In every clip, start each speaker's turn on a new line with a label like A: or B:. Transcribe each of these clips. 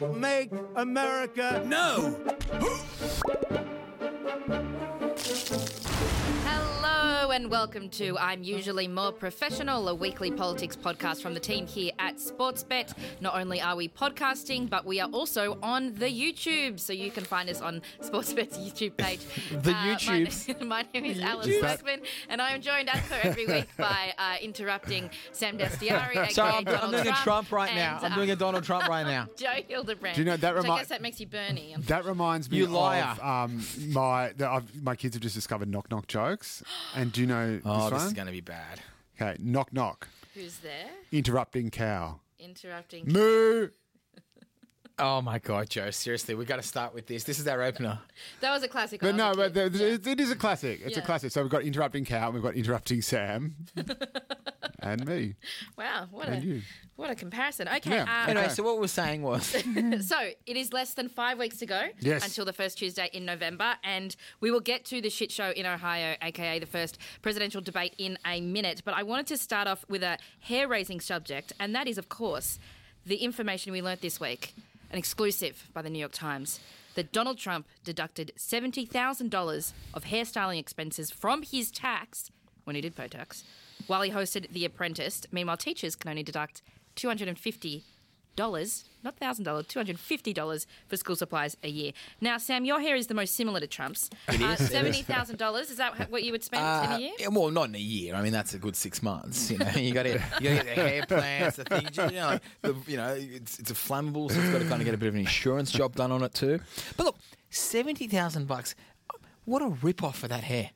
A: Make America
B: No!
C: Hello and welcome to I'm Usually More Professional, a weekly politics podcast from the team here at Sportsbet. Not only are we podcasting, but we are also on the YouTube. So you can find us on Sportsbet's YouTube page. Uh,
D: The
C: my-
D: YouTubes.
C: My, name is Alice
D: YouTubes.
C: Blackman, and I am joined, as per every week, by uh, interrupting Sam Destiari. aka
D: Sorry, I'm, I'm
C: Donald
D: doing a Trump right
C: and,
D: now. I'm
C: uh,
D: doing a Donald Trump right now.
C: Joe Hildebrand.
E: Do you know, that
C: Which I
E: remi-
C: guess that makes you Bernie.
E: That reminds me
D: You liar.
E: of um, my the, I've, my kids have just discovered knock knock jokes. And do you know
B: Oh,
E: this
B: this
E: one?
B: is going to be bad.
E: okay, knock knock.
C: Who's there?
E: Interrupting cow.
C: Interrupting.
E: Moo.
B: Oh my god, Joe! Seriously, we got to start with this. This is our opener.
C: That was a classic.
E: But
C: when I
E: no,
C: was a
E: but
C: kid.
E: the, it, it is a classic. It's
C: Yeah.
E: a classic. So we've got interrupting cow and we've got interrupting Sam and me.
C: Wow, what
E: And
C: a
E: you.
C: what a comparison. Okay,
E: Yeah,
C: um,
B: Anyway,
E: Okay.
B: so what we were saying was,
C: so it is less than five weeks to go
E: Yes.
C: until the first Tuesday in November, and we will get to the shit show in Ohio, aka the first presidential debate, in a minute. But I wanted to start off with a hair raising subject, and that is, of course, the information we learnt this week, an exclusive by the New York Times. That Donald Trump deducted $70,000 of hairstyling expenses from his tax when he did Botox while he hosted The Apprentice. Meanwhile, teachers can only deduct 250 dollars, not thousand dollars, two hundred fifty dollars for school supplies a year. Now, Sam, your hair is the most similar to Trump's. It is uh, seventy thousand dollars. Is that what you would spend
B: Uh,
D: uh,
C: in a year?
B: Yeah, well, not in a year. I mean, that's a good six months. You know, you got to you got to get the hair plants, the things. You know, like, the, you know, it's it's a flammable, so it's got to kind of get a bit of an insurance job done on it too. But look, seventy thousand bucks. What a rip off for that hair.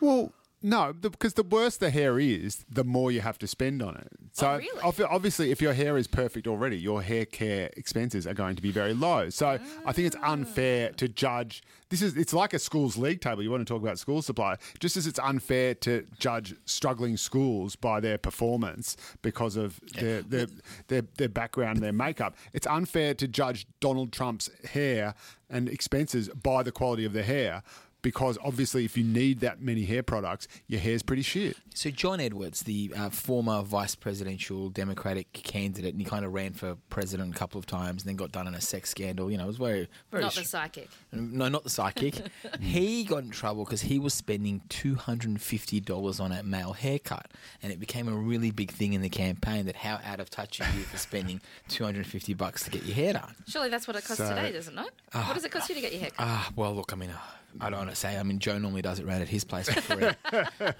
E: Well, no, the- because the, worse the hair is, the more you have to spend on it. So
C: Oh, really?
E: obvi- obviously, if your hair is perfect already, your hair care expenses are going to be very low. So I think it's unfair to judge. This is it's like a schools league table. You want to talk about school supply, just as it's unfair to judge struggling schools by their performance because of their their, their their background and their makeup. It's unfair to judge Donald Trump's hair and expenses by the quality of the hair because obviously if you need that many hair products, your hair's pretty shit.
B: So John Edwards, the uh, former vice presidential Democratic candidate, and he kind of ran for president a couple of times, and then got done in a sex scandal. You know, it was very, very
C: Not the
B: str-
C: psychic.
B: No, not the psychic. he got in trouble because he was spending two hundred and fifty dollars on a male haircut, and it became a really big thing in the campaign that how out of touch are you for spending two hundred and fifty bucks to get your hair done.
C: Surely that's what it costs
E: So-
C: today, doesn't it? what does it cost you to get your hair cut?
B: Ah, well, look, I mean, uh, I don't want to say. I mean, Joe normally does it round at his place for free.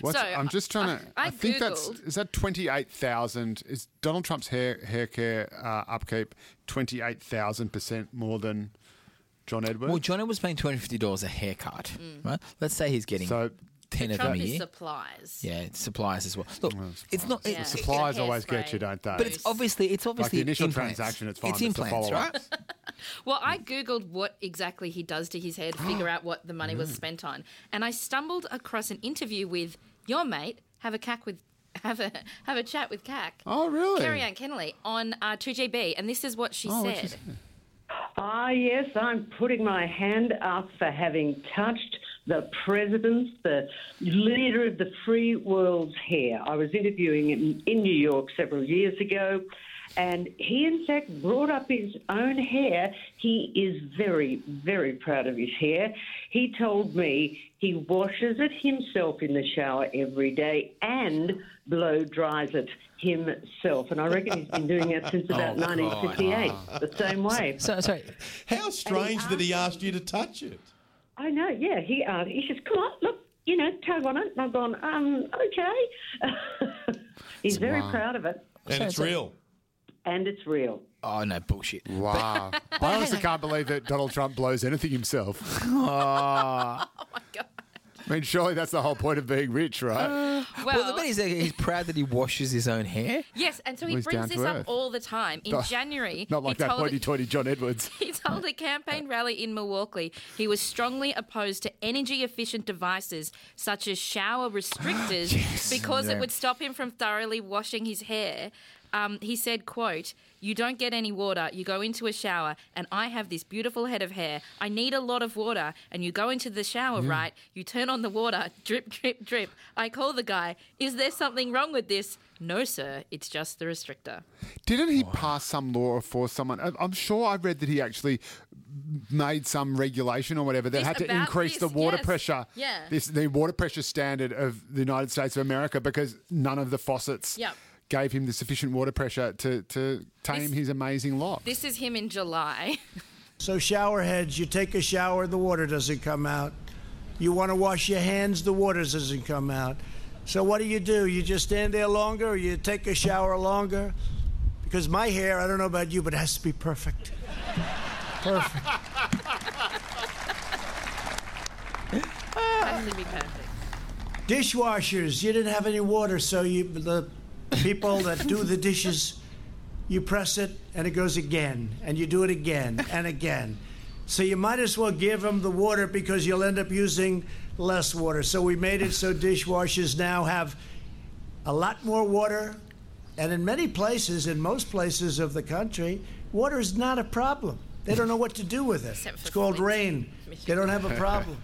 E: What's,
C: So,
E: I'm just trying to.
C: I- I
E: I, think that's
C: Googled-
E: is that twenty eight thousand. Is Donald Trump's hair hair care uh, upkeep twenty eight thousand percent more than John Edwards?
B: Well, Jono was paying two hundred fifty dollars a haircut, right? Let's say he's getting
E: So-
B: ten of them
C: Mm.
B: a
C: Trump is
B: year.
C: supplies.
B: yeah, it's supplies as well. Look, it's not.
C: Yeah.
B: It's,
E: supplies
C: Hairspray.
E: always get you, don't they?
B: but it's obviously it's
E: like
B: obviously
E: the initial
B: implants.
E: transaction. It's fine.
B: It's
E: the
B: implants,
E: follow-up.
B: right?
C: Well, I googled what exactly he does to his hair to figure out what the money was spent on, and I stumbled across an interview with your mate. Have a cack with. Have a have a chat with Cack.
E: Oh, really?
C: Carrie Ann Kennelly on uh, 2GB, and this is what she
E: Oh,
C: said.
E: what'd she
F: Ah, yes, I'm putting my hand up for having touched the president's, the leader of the free world's hair. I was interviewing him in New York several years ago, and he, in fact, brought up his own hair. He is very, very proud of his hair. He told me he washes it himself in the shower every day and blow dries it himself. And I reckon he's been doing that since about 1958, the same way.
B: So, sorry.
G: How strange that he asked you to touch it.
F: I know, yeah. He uh, he says, "Come on, look, you know, tug on it." And I've gone, um, okay. He's very proud of it,
G: And it's real.
F: and it's real.
B: Oh no, bullshit.
E: Wow, I honestly can't believe that Donald Trump blows anything himself. I mean, surely that's the whole point of being rich, right?
C: Well,
B: Well, the bet is that he's proud that he washes his own hair.
C: yes, and so he
E: He's
C: brings
E: down to
C: this up
E: earth.
C: all the time. In January,
E: Not like
C: he
E: that
C: told
E: hoity-toity John Edwards.
C: He told a campaign rally in Milwaukee he was strongly opposed to energy efficient devices such as shower restrictors because
B: Yeah.
C: it would stop him from thoroughly washing his hair. Um, he said, "quote You don't get any water. You go into a shower, and I have this beautiful head of hair. I need a lot of water, and you go into the shower, right? You turn on the water, drip, drip, drip. I call the guy. Is there something wrong with this? No, sir. It's just the restrictor.
E: Didn't he pass some law for someone? I- I'm sure I read that he actually made some regulation or whatever that
C: This-
E: had to
C: about
E: increase
C: this,
E: the water
C: yes.
E: pressure.
C: Yeah.
E: This the water pressure standard of the United States of America because none of the faucets
C: Yep.
E: gave him the sufficient water pressure to to tame
C: This-
E: his amazing lot.
C: This is him in July."
D: So, shower heads, you take a shower, the water doesn't come out. You want to wash your hands, the water doesn't come out. So, what do you do? You just stand there longer or you take a shower longer? Because my hair, I don't know about you, but it has to be perfect. Perfect.
C: Has to be perfect.
D: Dishwashers, you didn't have any water, so you, the people that do the dishes, you press it and it goes again, and you do it again and again. So you might as well give them the water because you'll end up using less water. So we made it so dishwashers now have a lot more water, and in many places, in most places of the country, water is not a problem. They don't know what to do with it.
C: Except for
D: It's called
C: Flint,
D: rain. They don't have a problem.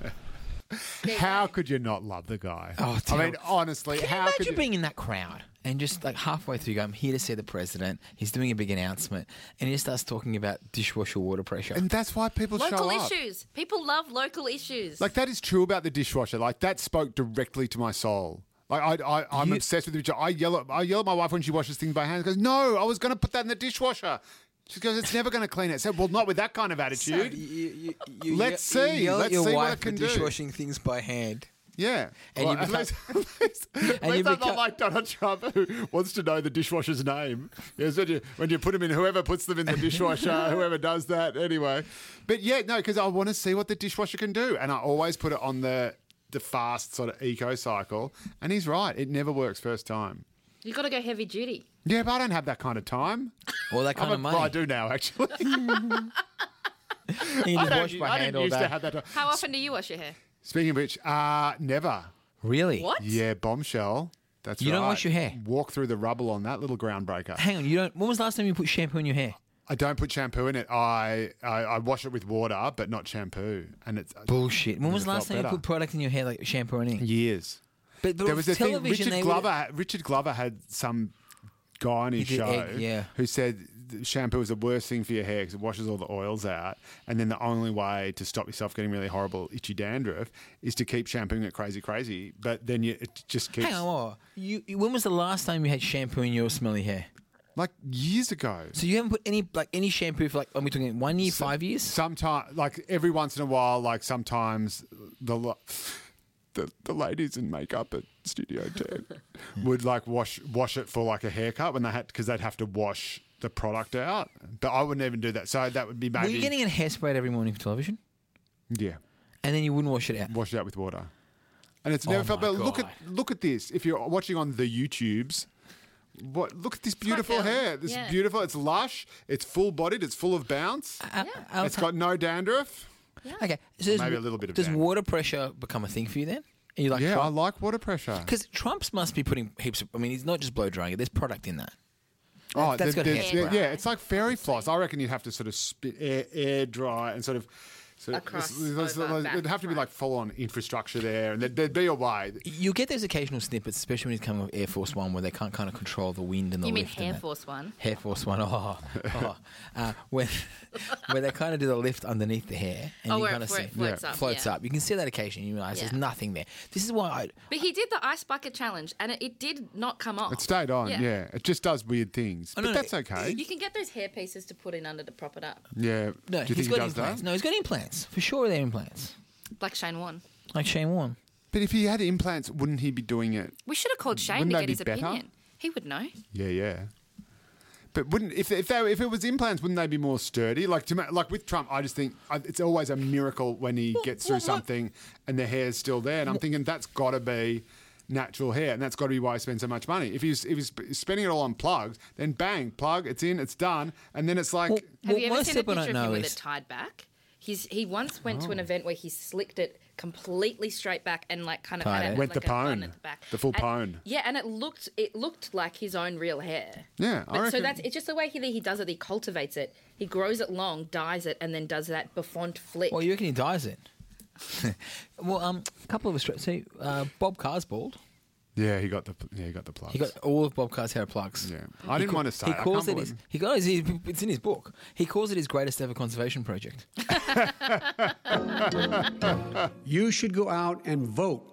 E: How could you not love the guy?
B: Oh,
E: I mean,
B: terrible.
E: honestly,
B: Can you
E: how
B: imagine
E: could you?
B: being in that crowd and just like halfway through, you go, I'm here to see the president. He's doing a big announcement, and he starts talking about dishwasher water pressure.
E: and that's why people
C: Local
E: show up.
C: issues. People love local issues.
E: Like that is true about the dishwasher. Like that spoke directly to my soul. Like I, I I'm
B: You-
E: obsessed with the dishwasher. I yell at I yell at my wife when she washes things by hand. She goes, no, I was going to put that in the dishwasher. She goes, it's never going to clean it. I said, well, not with that kind of
B: So
E: attitude.
B: you- you- you-
E: Let's
B: you- you
E: see.
B: yell at
E: Let's
B: your
E: see what I
B: wife
E: can
B: for
E: do.
B: dishwashing things by hand.
E: yeah.
B: And you become-
E: unless, unless, unless
B: you
E: I'm
B: become-
E: not like Donald Trump who wants to know the dishwasher's name. Yes, when you, when you put them in, whoever puts them in the dishwasher, whoever does that, anyway. But yeah, no, because I want to see what the dishwasher can do, and I always put it on the the fast sort of eco cycle. And he's right; it never works first time.
C: you got to go heavy duty.
E: Yeah, but I don't have that kind of time.
B: Or that
E: I'm
B: kind
E: a-
B: of money.
E: well, I do now, actually.
B: And you
E: I
B: just
E: don't,
B: wash by
E: I
B: hand
E: didn't
B: all
E: used
B: day.
E: to have that. Time.
C: How often do you wash your hair?
E: Speaking of which, uh, never.
B: Really?
C: What?
E: Yeah, bombshell. That's
B: You
E: right.
B: don't wash your hair?
E: Walk through the rubble on that little groundbreaker.
B: Hang on, you don't. When was the last time you put shampoo in your hair?
E: I don't put shampoo in it. I, I, I wash it with water, but not shampoo. And it's
B: Bullshit. When was
E: Would've
B: the last
E: felt
B: time you
E: better.
B: put product in your hair like shampoo and anything?
E: years.
B: But, but
E: There
B: on
E: was a thing.
B: television,
E: Richard
B: they
E: Glover.
B: would've-
E: Richard Glover had some guy on his
B: He did
E: show
B: egg, yeah.
E: who said th- shampoo is the worst thing for your hair because it washes all the oils out. And then the only way to stop yourself getting really horrible itchy dandruff is to keep shampooing it crazy, crazy. But then you it just keeps
B: Hang on, whoa. You, you- when was the last time you had shampoo in your smelly hair?
E: like years ago.
B: So you haven't put any like any shampoo for like when we talking one year, five years?
E: Sometimes, like every once in a while, like sometimes the lo- the, the ladies in makeup at Studio Ten would like wash wash it for like a haircut when they had because they'd have to wash the product out. But I wouldn't even do that. So that would be maybe
B: Were you getting a hairspray every morning for television,
E: yeah,
B: and then you wouldn't wash it out?
E: wash it out with water. And it's never
B: Oh
E: felt.
B: my
E: But look at
B: God.
E: look at this. If you're watching on the YouTubes. What look at this beautiful
C: filmy.
E: hair. This
C: Yeah.
E: beautiful. It's lush. It's full bodied. It's full of bounce.
B: I'll
E: It's
B: ta-
E: got no dandruff.
B: okay, so does-
E: Maybe a little bit of
B: Does
E: damage.
B: water pressure become a thing for you then? Are you like
E: Yeah, I like water pressure.
B: Because Trump's must be putting heaps of. I mean, he's not just blow drying it. There's product in that.
E: Oh,
B: That's got
E: there- there's-
B: hair
E: there- yeah, it's like fairy floss. I reckon you'd have to sort of spit air, air dry and sort of. So
C: Across, over, back,
E: it'd have to be
C: front.
E: like full on infrastructure there, and there'd, there'd be a way.
B: You get those occasional snippets, especially when you come with Air Force One, where they can't kind of control the wind and the
C: You mean
B: lift. and
C: Hair
B: that.
C: Force One?
B: Hair Force One, oh, oh. Uh, when where they kind of do the lift underneath the hair, and
C: Oh,
B: you
C: where it
B: kind of
C: flo-
B: see
C: floats up,
B: floats
C: yeah.
B: up. You can see that occasionally. You realize
C: Yeah.
B: there's nothing there. This is why I,
C: But he did the ice bucket challenge, and it, it did not come off.
E: It stayed on, yeah. It just does weird things, but
B: Oh, no, no,
E: that's okay.
C: You can get those hair pieces to put in under to prop it up,
E: yeah.
B: no,
E: Do you
B: he's
E: think he
B: got
E: does
B: implants.
E: that?
B: No, he's got implants for sure. They're implants,
C: like Shane Warne.
B: like Shane Warne.
E: But if he had implants, wouldn't he be doing it?
C: We should have called Shane
E: Wouldn't
C: to
E: that
C: get
E: be
C: his
E: better?
C: opinion. He would know.
E: Yeah, yeah. But wouldn't if if they, if it was implants, wouldn't they be more sturdy? Like to ma- like with Trump, I just think I, it's always a miracle when he gets through
B: well, well-
E: something and the hair's still there. And I'm thinking that's got to be natural hair, and that's got to be why he spends so much money. If he's if he's sp- spending it all on plugs, then bang, plug, it's in, it's done, and then it's like.
B: Well,
C: Have you
B: one
C: ever seen a
B: step
C: picture
B: I don't
C: of him
B: know
C: with
B: is- Oh.
C: it tied back? He's he once went to an event where he slicked it completely straight back and like kind of
B: Tied
C: had
B: it.
C: it
E: Went
C: like a
E: the
C: bun
E: pone.
C: at the back,
E: The full
C: And-
E: pone.
C: Yeah, and it looked it looked like his own real hair.
E: Yeah, I
C: But- so
E: reckon-
C: that's it's just the way he he does it. He cultivates it. He grows it long, dyes it, and then does that befont flick.
B: Well, you reckon he dies it? well, um, a couple of Australians. See, uh, Bob Carr's bald.
E: Yeah, he got the yeah, he got the plugs.
B: He got all of Bob Carr's hair plugs.
E: Yeah. I didn't want to say
B: He
E: it. I
B: calls
E: can't
B: it his.
E: believe-
B: He got his, It's in his book. He calls it his greatest ever conservation project.
H: You should go out and vote.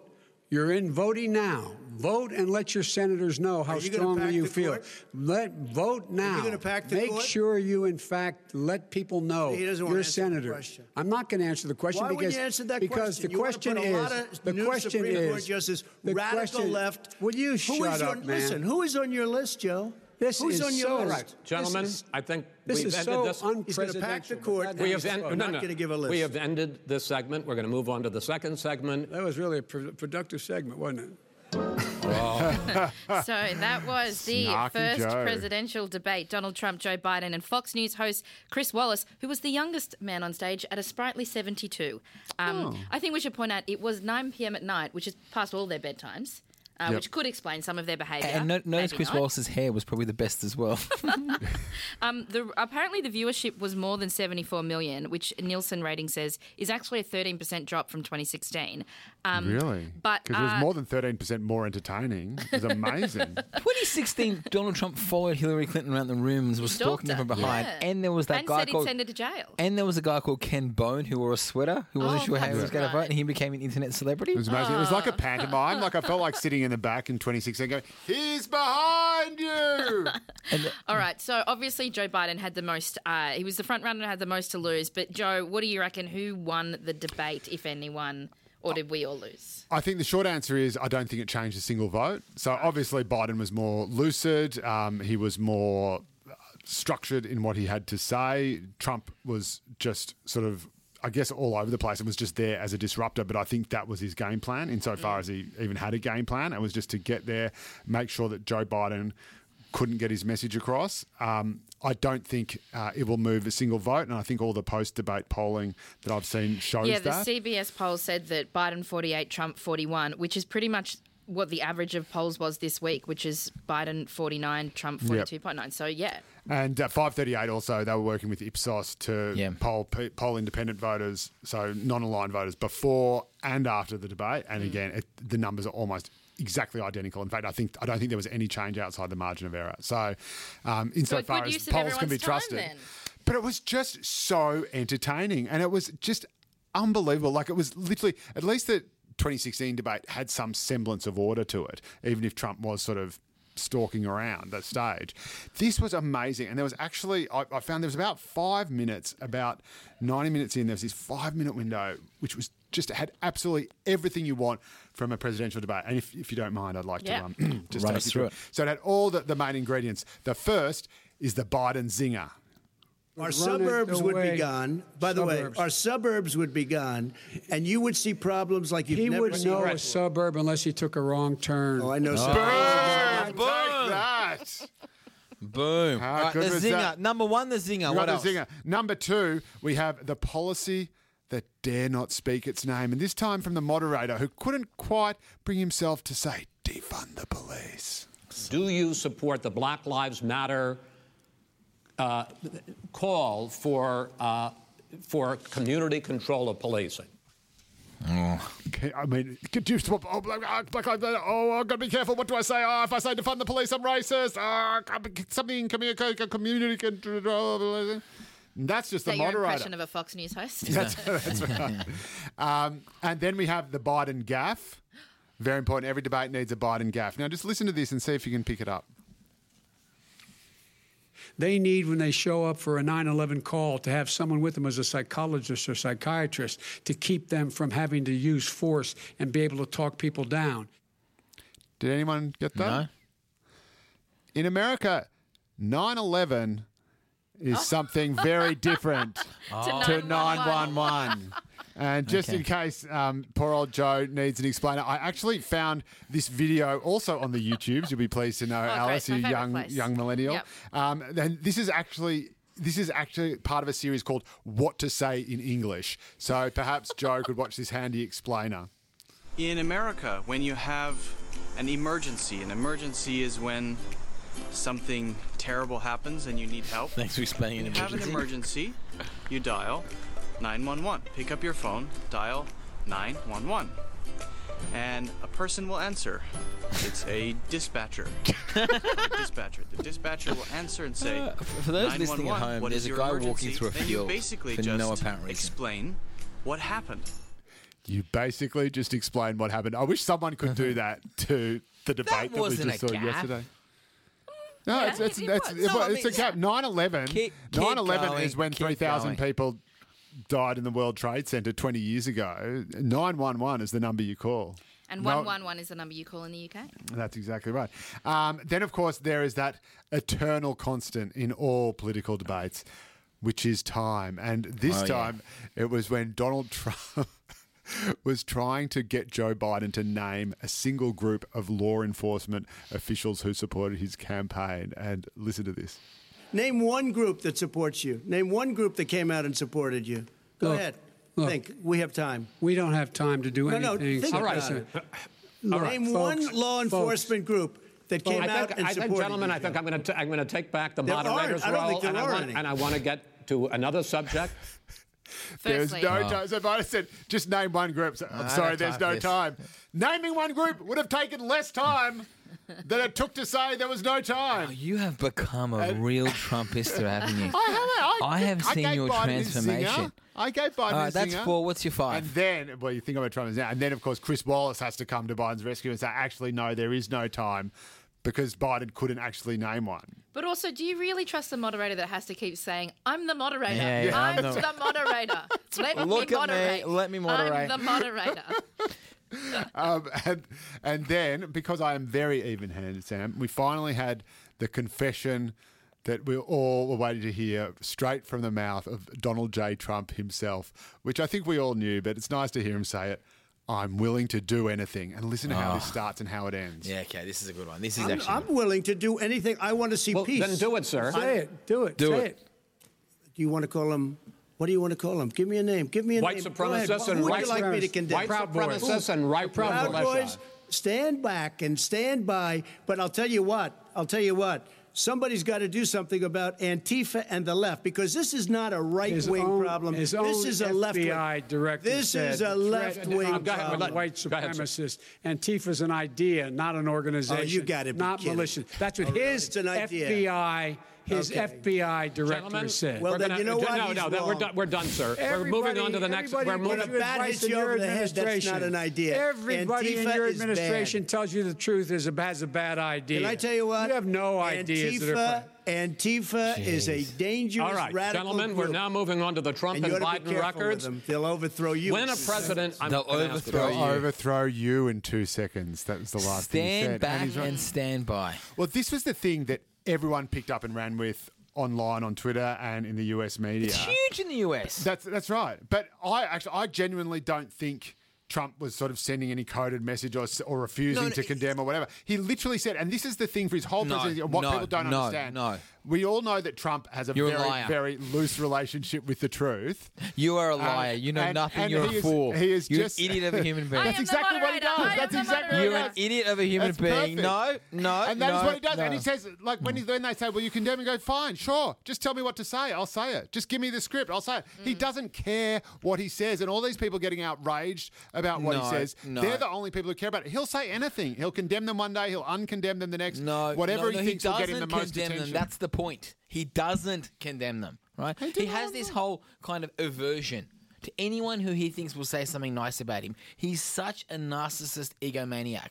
H: You're in voting now. Vote and let your senators know how
D: Are you gonna pack
H: strongly you
D: the
H: feel.
D: court?
H: Let vote now.
D: gonna pack the
H: Make
D: court?
H: sure you, in fact, let people know
D: He doesn't wanna
H: you're a
D: answer the
H: senator.
D: question.
H: I'm not going to answer the question
D: Why
H: because
D: wouldn't you answer that
H: because
D: question?
H: the
D: You wanna
H: question
D: put a
H: is
D: lot of
H: the
D: new
H: question
D: Supreme
H: is
D: Court justice,
H: the
D: radical
H: question-
D: left.
H: Will you
D: Who
H: shut
D: is
H: up,
D: on,
H: man?
D: Listen, who is on your list, Joe?
H: This
D: Who's
H: is
D: on your
H: so
D: list?
H: Right.
I: Gentlemen,
H: This is-
I: I think
H: this
I: we've
H: is
I: ended
H: so
I: this.
D: He's gonna pack the
H: unpresidential.
D: court.
H: That
I: we
H: is
I: have en-
H: so-
I: no,
D: not
I: no.
D: gonna give a list.
I: We have ended this segment. We're going to move on to the second segment.
H: That was really a pro- productive segment, wasn't it?
C: So that was the
E: Snarky
C: first
E: Joe.
C: presidential debate Donald Trump, Joe Biden, and Fox News host Chris Wallace, who was the youngest man on stage at a sprightly 72.
E: Oh.
C: Um, I think we should point out it was 9 p.m. at night, which is past all their bedtimes, uh,
E: Yep.
C: which could explain some of their behaviour.
B: And no, notice
C: maybe
B: Chris
C: not.
B: Wallace's hair was probably the best as well.
C: Um, The, apparently, the viewership was more than 74 million, which Nielsen rating says is actually a 13% drop from 2016. Um,
E: Really?
C: But,
E: because it was
C: uh,
E: more than thirteen percent more entertaining. It was amazing.
B: 2016, Donald Trump followed Hillary Clinton around the rooms, was stalking her
C: Stalked
B: from
C: her,
B: behind,
C: yeah.
B: and there was that
C: and
B: guy
C: said he'd
B: called.
C: send her to jail.
B: and there was a guy called Ken Bone who wore a sweater who wasn't
C: Oh,
B: sure how he
C: that's
B: was going to vote,
C: right.
B: and he became an internet celebrity.
E: It was amazing. It was like a pantomime. Like I felt like sitting in the back in 2016 going, he's behind you.
C: All right. So obviously, Joe Biden had the most. Uh, he was the front runner, had the most to lose. But Joe, what do you reckon? Who won the debate, if anyone, or did we all lose?
E: I think the short answer is I don't think it changed a single vote. So obviously Biden was more lucid. Um, he was more uh, structured in what he had to say. Trump was just sort of. I guess all over the place and was just there as a disruptor, but I think that was his game plan
C: Mm.
E: insofar as he even had a game plan. It was just to get there, make sure that Joe Biden couldn't get his message across. Um, I don't think uh, it will move a single vote, and I think all the post debate polling that I've seen shows
C: yeah, the
E: that.
C: CBS poll said that Biden forty-eight, Trump forty-one, which is pretty much what the average of polls was this week, which is Biden forty-nine, Trump forty-two point nine. So yeah,
E: And uh, 538 also, they were working with Ipsos to
B: Yeah.
E: poll pe- poll independent voters, so non-aligned voters, before and after the debate. And again, it, the numbers are almost exactly identical. In fact, I think I don't think there was any change outside the margin of error. So,
C: a
E: um,
C: good
E: insofar as
C: use of
E: polls can
C: everyone's
E: be
C: time
E: trusted,
C: then.
E: but it was just so entertaining, and it was just unbelievable. Like it was literally at least the 2016 debate had some semblance of order to it, even if Trump was sort of stalking around the stage. This was amazing, and there was actually I, I found there was about five minutes, about 90 minutes in, there was this five minute window which was just had absolutely everything you want from a presidential debate. And if, if you don't mind, I'd like
C: Yeah.
E: to um, just
B: Run
E: take
B: us
E: you
B: through
E: through
B: it.
E: it. So it had all the, the main ingredients. The first is the Biden zinger.
H: Run
D: Our
H: it
D: suburbs would be
H: away.
D: gone. By the
H: Suburbs.
D: way, our suburbs would be gone, and you would see problems like you've
H: He
D: never
H: would
D: seen.
H: know a
D: before.
H: suburb unless he took a wrong turn.
D: Oh, I know. some-
E: Take that.
B: Boom!
E: How
B: All right,
E: good
B: the
E: was
B: zinger
E: that?
B: number one, the zinger.
E: You
B: what
E: got the
B: else?
E: zinger. Number two, we have the policy that dare not speak its name, and this time from the moderator who couldn't quite bring himself to say defund the police.
I: Do you support the Black Lives Matter uh, call for uh, for community control of policing?
E: Okay, I mean, could you stop? Oh, black, ah, black, lives matter. oh, I've got to be careful. What do I say? Oh, if I say defund the police, I'm racist. Oh, something community community control. That's just
C: that
E: the
C: your
E: moderator.
C: impression of a Fox News host?
E: Um, and then we have the Biden gaff. Very important. Every debate needs a Biden gaff. Now, just listen to this and see if you can pick it up.
H: they need when they show up for a 9-11 call to have someone with them as a psychologist or psychiatrist to keep them from having to use force and be able to talk people down
E: Did anyone get that?
B: No.
E: In America, 9 11
C: Oh.
E: is something very different to 911. And just in case um, poor old Joe needs an explainer, I actually found this video also on the YouTubes. You'll be pleased to know,
C: Oh, great.
E: Alice,
C: My
E: you
C: favourite
E: young
C: place.
E: young millennial.
C: Yep.
E: Um, and this is actually this is actually part of a series called What to Say in English. So perhaps Joe could watch this handy explainer.
J: In America, when you have an emergency, an emergency is when something terrible happens and you need help.
B: Thanks for explaining an
J: You have an emergency, you dial 911. Pick up your phone, dial 911. And a person will answer. It's a dispatcher. A dispatcher. The dispatcher will answer and say,
B: Uh, for those listening at
J: 911,
B: home,
J: what is
B: there's a
J: your
B: guy walking
J: emergency?
B: through a
J: Then you
B: field
J: basically
B: for no
J: just
B: apparent reason.
J: Explain what happened.
E: You basically just explain what happened. I wish someone could do that to the debate that, we
B: wasn't a
E: just saw
B: gap.
E: yesterday. No,
C: yeah,
E: it's, it's,
C: it
E: it's,
C: was.
E: it
B: No, I
E: was-
B: mean-
E: it's a gap. 9 11
B: Keep- keep
E: is
B: going,
E: when
B: keep
E: 3,000
B: going.
E: people died in the World Trade Center 20 years ago. 911 is the number you call.
C: And
E: No-
C: 111 is the number you call in the UK.
E: That's exactly right. Um, then, of course, there is that eternal constant in all political debates, which is time. And this
B: Oh, yeah.
E: time, it was when Donald Trump. Was trying to get Joe Biden to name a single group of law enforcement officials who supported his campaign. And listen to this.
D: Name one group that supports you. Name one group that came out and supported you. Go
H: Look,
D: ahead.
H: look.
D: Think. We have time.
H: We don't have time to do
D: No, no,
H: anything.
D: think
H: so
D: about
H: listen.
D: it.
H: All right,
D: Name
H: folks,
D: one law
H: folks.
D: enforcement group that came
I: I
D: out
I: think,
D: and
I: I
D: supported
I: think gentlemen,
D: you.
I: I think I'm going to I'm going to take back the
D: There aren't.
I: moderator's
D: I don't
I: role,
D: think there
I: and I,
D: are
I: want,
D: any.
I: and I want to get to another subject.
E: There's
C: Firstly,
E: no
B: Oh.
E: time. So Biden said, just name one group. So, I'm
B: I
E: sorry,
B: don't
E: there's
B: type
E: no
B: this.
E: time. Naming one group would have taken less time than it took to say there was no time.
B: You have become a real Trumpister, haven't you?
E: I, have, I,
B: I have
E: I
B: seen
E: gave
B: your
E: Biden his zinger.
B: transformation.
E: I gave Biden
B: All right,
E: his
B: that's
E: zinger.
B: four. What's your five?
E: And then, well, you think I'm a Trump now. And then, of course, Chris Wallace has to come to Biden's rescue and say, actually, no, there is no time because Biden couldn't actually name one.
C: but also, do you really trust the moderator that has to keep saying, "I'm the moderator.
B: Yeah, yeah,
C: I'm,
B: I'm
C: the,
B: the-
C: moderator. Let
B: Look
C: me
B: at me.
C: moderate.
B: Let me moderate."
C: I'm the moderator."
E: Um, and, and then, because I am very even handed, Sam, we finally had the confession that we all were waiting to hear straight from the mouth of Donald J. Trump himself, which I think we all knew, but it's nice to hear him say it. I'm willing to do anything. And listen to how
B: Ah.
E: this starts and how it ends.
B: Yeah, okay, this is a good one. This is
D: I'm,
B: actually.
D: I'm willing to do anything. I want to see
I: Well,
D: peace.
I: then do it, sir.
H: Say it. Do it.
B: Do
H: say
B: it.
H: it.
D: Do you want to call him? What do you want to call him? Give me a name. Give me a
I: White
D: name. Go ahead.
I: supremacists and
D: Who would
I: right
D: you like me to
H: supremacists.
D: condemn?
I: white
H: Proud Boys.
I: supremacists and right
D: Proud
I: militia.
D: Boys, stand back and stand by. But I'll tell you what, I'll tell you what, somebody's got to do something about Antifa and the left because this is not a right
H: His
D: wing
H: own-
D: problem.
H: His
D: This
H: own
D: is a left
H: FBI
D: wing.
H: director.
D: This
H: said
D: is a
H: the
D: left
H: threat
D: wing
H: of
I: Go ahead,
D: problem. Oh,
H: white
I: Go ahead, sir.
H: supremacist. Antifa's an idea, not an organization.
D: gotta be
H: Not
D: kidding.
H: militia. That's what
D: Oh, really?
H: his
D: It's an idea.
H: FBI, his
D: Okay.
H: FBI director
I: Gentlemen,
H: said.
D: Well,
I: we're
D: then
I: gonna-
D: you know what?
I: No,
D: He's
I: no, that- we're
D: wrong.
I: done. We're done, sir. we're moving on to the next.
H: everybody
I: We're
H: gives
I: moving.
D: When a bat
H: advice
D: hits
H: in
D: you
H: your
D: over the head, that's
H: administration.
D: not an idea.
H: Everybody in
D: Antifa
H: your
D: is bad.
H: administration tells you the truth is a, has a bad idea.
D: Can I tell you what?
H: You have no ideas that are.
D: Antifa, Antifa is a dangerous
I: All right,
D: radical
I: gentlemen, we're
D: group.
I: now moving on to the Trump
D: and
I: and,
D: you ought to be
I: Biden
D: careful with
I: records.
D: them. They'll overthrow you.
I: When a
D: It's the same.
I: president, I'm
B: They'll
I: gonna ask you
B: overthrow
I: this.
E: They'll overthrow you in two seconds. That was the last thing he said.
B: stand back
E: he's
B: and,
E: right.
B: stand by.
E: Well, this was the thing that everyone picked up and ran with online on Twitter and in the US media.
B: It's huge in the US.
E: That's that's right. But I actually I genuinely don't think Trump was sort of sending any coded message or, s- or refusing
B: No, no,
E: to
B: it-
E: condemn or whatever. He literally said, and this is the thing for his whole
B: No,
E: presidency and what
B: no,
E: people don't
B: no,
E: understand.
B: no.
E: We all know that Trump has a
B: You're a
E: very,
B: liar.
E: very loose relationship with the truth.
B: you are a
E: Uh,
B: liar. you know
E: and-
B: nothing.
E: and
B: You're
E: he
B: a
E: is-
B: fool.
E: he is
B: You're
E: just-
B: an idiot of a human
C: I
B: being.
C: am
E: That's exactly what he
C: moderator.
E: does.
C: I am
E: That's
C: the
E: exactly what he
B: You're
C: moderator.
E: does.
B: an idiot of a human
E: That's
B: being.
E: perfect.
B: No, no,
E: And that is
B: no,
E: what he does.
B: no.
E: And
B: Mm.
E: he says, like, when, he, when they say, well, you condemn him, go, fine, sure. Just tell me what to say. I'll say it. Just give me the script. I'll say it. He
C: Mm.
E: doesn't care what he says. And all these people getting outraged about what he
B: No,
E: says,
B: no.
E: they're the only people who care about it. He'll say anything. He'll condemn them one day. He'll uncondemn them the next.
B: No,
E: Whatever
B: no,
E: he
B: no,
E: thinks will
B: doesn't
E: get him the most
B: condemn
E: attention.
B: them. That's the point. He doesn't condemn them, right? He has this whole kind of aversion to anyone who he thinks will say something nice about him. He's such a narcissist egomaniac.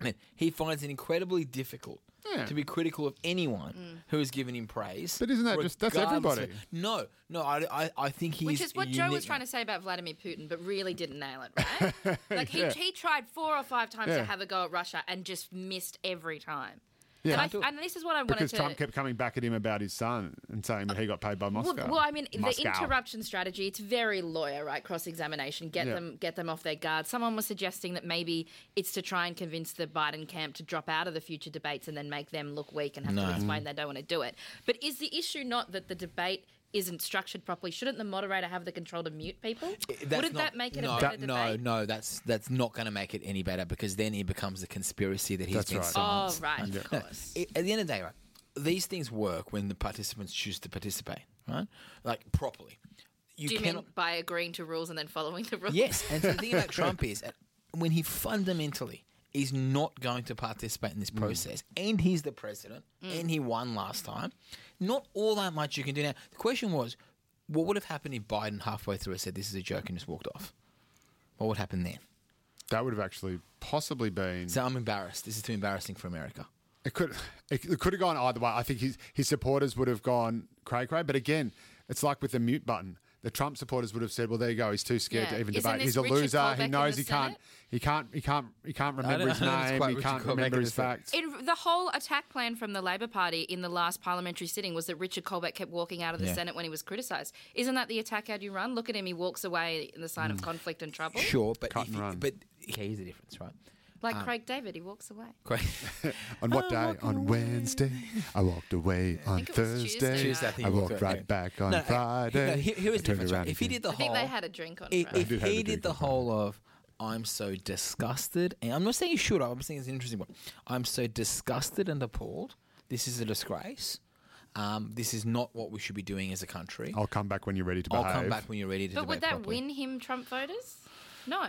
B: Man, he finds it incredibly difficult
E: Yeah.
B: to be critical of anyone
C: Mm.
B: who has given him praise.
E: But isn't that just- that's
B: regardless
E: everybody.
B: of- no, no, I, I, I think he's
C: Which is what Joe was trying
B: to.
C: to say about Vladimir Putin, but really didn't nail it, right? like he,
E: Yeah.
C: he tried four or five times
E: Yeah.
C: to have a go at Russia and just missed every time.
E: Yeah.
C: and, I, and this is what I wanted
E: because
C: to.
E: Trump kept coming back at him about his son and saying that he got paid by
C: well,
E: Moscow.
C: well, I mean, the
E: Moscow.
C: interruption strategy, it's very lawyer, right? Cross examination, get
E: Yeah.
C: them get them off their guard. Someone was suggesting that maybe it's to try and convince the Biden camp to drop out of the future debates and then make them look weak and have
B: No.
C: to explain they don't want to do it. But is the issue not that the debate isn't structured properly? Shouldn't the moderator have the control to mute people?
B: That's
C: Wouldn't
B: not-
C: that make it
B: no,
C: a better debate?
B: No, no, that's that's not going to make it any better because then it becomes a conspiracy that he's
E: That's
B: been
E: right. Oh,
B: silenced.
C: right, of
B: No,
C: course.
B: it- at the end of the day, right, these things work when the participants choose to participate, right? Like properly.
C: do you mean by agreeing to rules and then following the rules?
B: Yes, and so the thing about Trump is uh, when he fundamentally is not going to participate in this process, and he's the president,
C: Mm.
B: and he won last time, not all that much you can do now. The question was, what would have happened if Biden halfway through said this is a joke and just walked off? What would happen then?
E: that would have actually possibly been.
B: So I'm embarrassed. This is too embarrassing for America.
E: It could it, it could have gone either way. I think his his supporters would have gone cray cray. But again, it's like with the mute button. The Trump supporters would have said, "Well, there you go. He's too scared
C: Yeah.
E: to even
C: Isn't
E: debate.
C: this
E: He's a
C: Richard
E: loser.
C: Colbeck
E: He
C: in
E: knows
C: the
E: he can't.
C: Senate?
E: He can't. He can't. He can't remember
B: don't-
E: his
B: I don't think it's
E: name.
B: quite
E: He
B: Richard
E: can't
B: Colbeck
E: remember
B: in
E: his
B: the Senate.
E: facts."
C: It, the whole attack plan from the Labor Party in the last parliamentary sitting was that Richard Colbeck kept walking out of the
B: Yeah.
C: Senate when he was criticised. Isn't that the attack ad you run? Look at him; he walks away in the sign of conflict and trouble.
B: Mm. Sure, Um, but
E: Cut
B: if
E: and
B: you-
E: run.
B: but here's the difference, right?
C: Like Craig David, he walks away.
B: Great.
E: On what day? On Wednesday. I walked away on
C: think it was
E: Thursday.
C: Tuesday Tuesday,
B: I think
E: I
B: it was,
E: walked
B: yeah.
E: right back on
B: No, okay.
E: Friday.
B: No, here- here is
E: I
B: the
E: turned
B: difference. right?
E: around
B: If he
E: again.
B: did the
C: I
B: whole,
C: think they had a drink on.
B: if,
C: Friday.
B: if
E: did have
B: he
E: a
B: did
E: drink
B: the
E: on Friday.
B: whole of I'm so disgusted, and I'm not saying you should, I'm saying it's an interesting one. I'm so disgusted and appalled. This is a disgrace. Um, this is not what we should be doing as a country.
E: I'll come back when you're ready to
B: I'll
E: behave.
B: come back when you're ready to
C: but
B: debate
C: would that
B: properly. Uh,
C: win him Trump voters? No.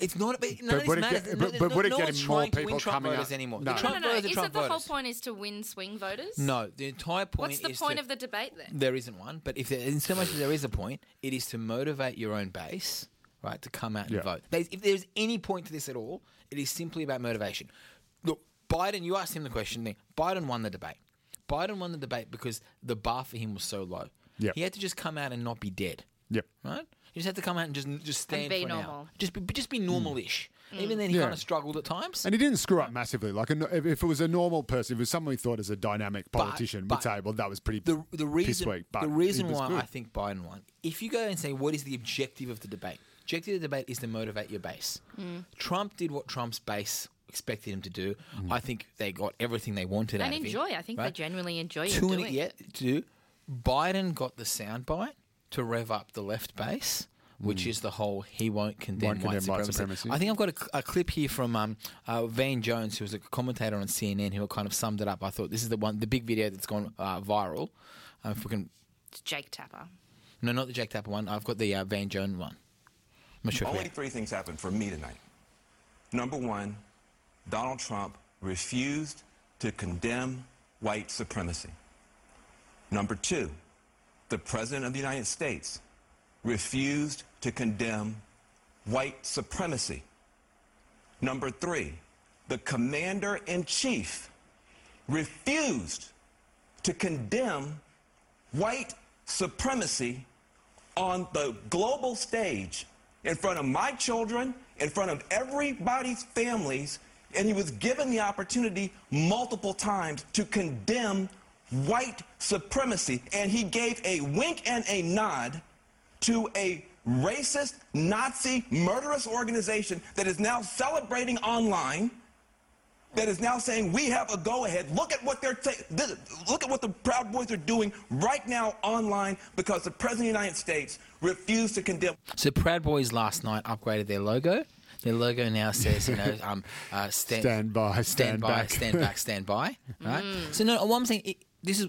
B: It's not. But, none of
E: would it
B: this matters.
E: get-
B: No-
E: but- but
B: no-
E: would it
B: no
E: get
B: one's
E: him more
B: trying to win
E: people
B: Trump
E: coming
B: voters
E: out?
B: anymore.
E: No.
B: The
E: No,
C: No,
B: Trump
C: no, no.
B: voters are
C: Is
B: Trump
C: it the whole
B: voters.
C: point is to win swing voters?
B: No, the entire point
C: What's the
B: is
C: point
B: to-
C: of the debate then?
B: There isn't one, but if there, in so much as there is a point, it is to motivate your own base, right, to come out and
E: Yeah.
B: vote. There's, if there's any point to this at all, it is simply about motivation. Look, Biden, you asked him the question. There, Biden won the debate. Biden won the debate because the bar for him was so low.
E: Yeah.
B: he had to just come out and not be dead.
E: Yep.
B: Right, you just had to come out and just just stand
C: be
B: for an hour.
C: normal. Mm.
B: Just be just be normal-ish. Even then, he
E: Yeah.
B: kind of struggled at times.
E: And he didn't screw up massively. Like a, no- if if it was a normal person, if it was someone we thought as a dynamic politician,
B: but
E: we'd say, well, that was pretty
B: the the reason
E: piss weak. But
B: the reason
E: he was
B: why
E: good.
B: I think Biden won. If you go and say what is the objective of the debate, objective of the debate is to motivate your base.
C: Mm.
B: Trump did what Trump's base expected him to do.
E: Mm.
B: I think they got everything they wanted out
C: And
B: of it,
C: enjoy. I think they
B: right?
C: genuinely enjoy it.
B: Two and
C: doing
B: yeah,
C: it.
B: to do. Biden got the soundbite to rev up the left base. Which is the whole he won't condemn,
E: Hmm. Won't
B: white,
E: condemn white
B: supremacy.
E: supremacy.
B: I think I've got a, cl- a clip here from um, uh, Van Jones, who was a commentator on CNN, who kind of summed it up. I thought this is the one, the big video that's gone uh, viral. Uh, if we can,
C: It's Jake Tapper.
B: no, not the Jack Tapper one. I've got the uh, Van Jones one. I'm not sure. if we-
K: Only three things happened for me tonight. Number one, Donald Trump refused to condemn white supremacy. Number two, the President of the United States refused to condemn white supremacy. Number three, the Commander in Chief refused to condemn white supremacy on the global stage in front of my children, in front of everybody's families, and he was given the opportunity multiple times to condemn white supremacy. And he gave a wink and a nod to a racist, Nazi, murderous organization that is now celebrating online that is now saying we have a go-ahead. Look at what they're ta- th- look at what the Proud Boys are doing right now online because the President of the United States refused to condemn.
B: So Proud Boys last night upgraded their logo. Their logo now says, you know, um, uh, stand,
E: Stand by, stand
B: by,
E: back. Mm.
B: stand back, stand by. Right. So no, what I'm saying, it, this is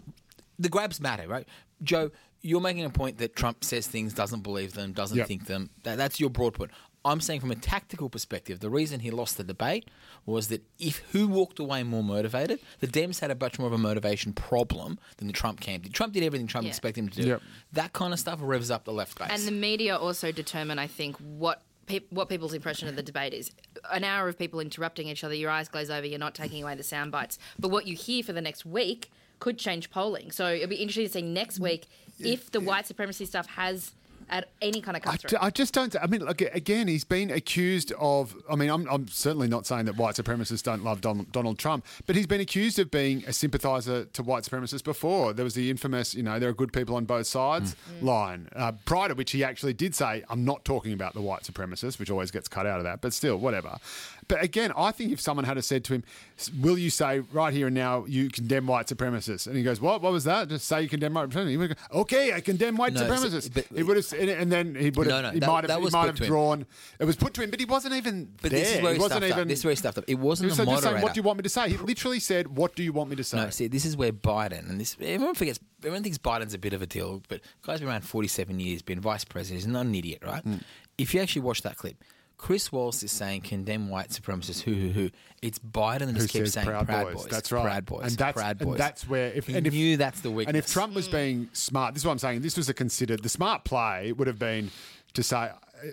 B: the grabs matter, right? Joe, you're making a point that Trump says things, doesn't believe them, doesn't
E: Yep.
B: think them. That, that's your broad point. I'm saying from a tactical perspective, the reason he lost the debate was that if who walked away more motivated, the Dems had a much more of a motivation problem than the Trump camp did. Trump did everything Trump
C: Yeah.
B: expected him to do.
E: Yep.
B: That kind of stuff revs up the left base.
C: And the media also determine, I think, what peop what people's impression of the debate is. An hour of people interrupting each other, your eyes glaze over, you're not taking away the sound bites. But what you hear for the next week could change polling. So it'll be interesting to see next week if the white supremacy stuff has at any kind of
E: I,
C: cut
E: d-
C: through.
E: I just don't. I mean, look, again, he's been accused of. I mean, I'm, I'm certainly not saying that white supremacists don't love Donald, Donald Trump, but he's been accused of being a sympathizer to white supremacists before. There was the infamous, you know, there are good people on both sides line, uh, prior to which he actually did say, I'm not talking about the white supremacists, which always gets cut out of that, but still, whatever. But again, I think if someone had have said to him, "S- Will you say right here and now you condemn white supremacists? And he goes, What? What was that? Just say you condemn white supremacists. He would go, Okay, I condemn white
B: No, it's-
E: supremacists.
B: but-
E: he would have, and, and then he would
B: No,
E: have,
B: no,
E: he
B: that-
E: might have,
B: that was
E: he might
B: put
E: have
B: to him.
E: drawn. It was put to him, but he wasn't even
B: But
E: there.
B: this is where he,
E: wasn't
B: stuffed
E: even.
B: up. This is where he stuffed up. It
E: he
B: wasn't
E: was
B: the
E: just saying,
B: moderator.
E: "What do you want me to say?" He literally said, "What do you want me to say?"
B: No, see, this is where Biden, and this everyone forgets. Everyone thinks Biden's a bit of a deal, but guy's been around forty-seven years, been vice president. He's not an idiot, right?
E: Mm.
B: If you actually watch that clip, Chris Wallace is saying condemn white supremacists. Who who who? It's Biden that
E: Who
B: just keeps
E: says
B: saying proud, boys,
E: That's right.
B: Proud boys.
E: And that's,
B: proud boys.
E: and that's where if
B: he
E: and if,
B: knew that's the weakness.
E: And if Trump was being smart, this is what I'm saying. This was a considered. The smart play would have been to say,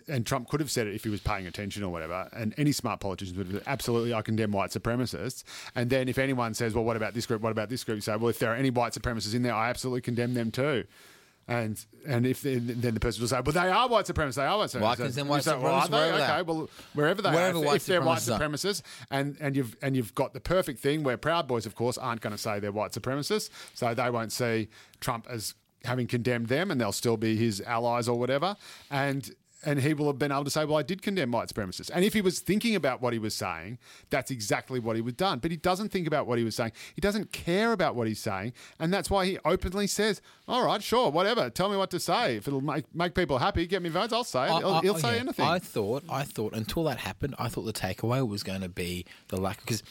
E: and Trump could have said it if he was paying attention or whatever. And any smart politician would have said, absolutely, I condemn white supremacists. And then if anyone says, well, what about this group? What about this group? You say, well, if there are any white supremacists in there, I absolutely condemn them too. And and if they, then the person will say, well, they are white supremacists. They are white supremacists.
B: Well, I condemn white
E: You say, well,
B: supremacists
E: are they?
B: wherever they
E: okay,
B: are.
E: well, wherever they
B: Wherever
E: are, if-
B: white
E: if they're white
B: supremacists are.
E: supremacists, and and you've and you've got the perfect thing where Proud Boys, of course, aren't going to say they're white supremacists, so they won't see Trump as having condemned them, and they'll still be his allies or whatever, and. And he will have been able to say, "Well, I did condemn white supremacists." And if he was thinking about what he was saying, that's exactly what he would have done. But he doesn't think about what he was saying. He doesn't care about what he's saying, and that's why he openly says, "All right, sure, whatever. Tell me what to say. If it'll make, make people happy, get me votes. I'll say it.
B: I-
E: He'll,
B: I-
E: he'll
B: oh,
E: say
B: yeah.
E: anything."
B: I thought, I thought until that happened, I thought the takeaway was going to be the lack because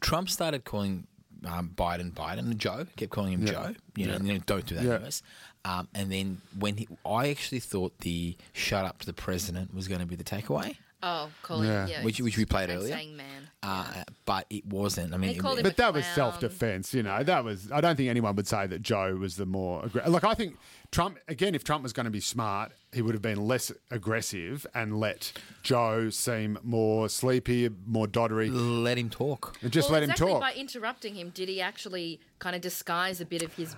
B: Trump started calling um, Biden Biden Joe, kept calling him
E: Yeah.
B: Joe. You know,
E: Yeah.
B: you know, don't do that,
E: Yeah.
B: US. Um, and then when he, I actually thought the shut up to the president was going to be the takeaway.
C: oh, calling yeah.
B: Yeah. Which- which we played
C: and
B: earlier.
C: Saying man.
B: Uh, but it wasn't. I mean,
C: They called
B: it,
C: him
E: But
C: a
E: that was
C: clown.
E: self defense, you know. That was. I don't think anyone would say that Joe was the more aggressive. Look, I think Trump again. If Trump was going to be smart, he would have been less aggressive and let Joe seem more sleepy, more doddery.
B: Let him talk.
E: Just
C: well,
E: let him
C: exactly
E: talk.
C: By interrupting him, did he actually kind of disguise a bit of his?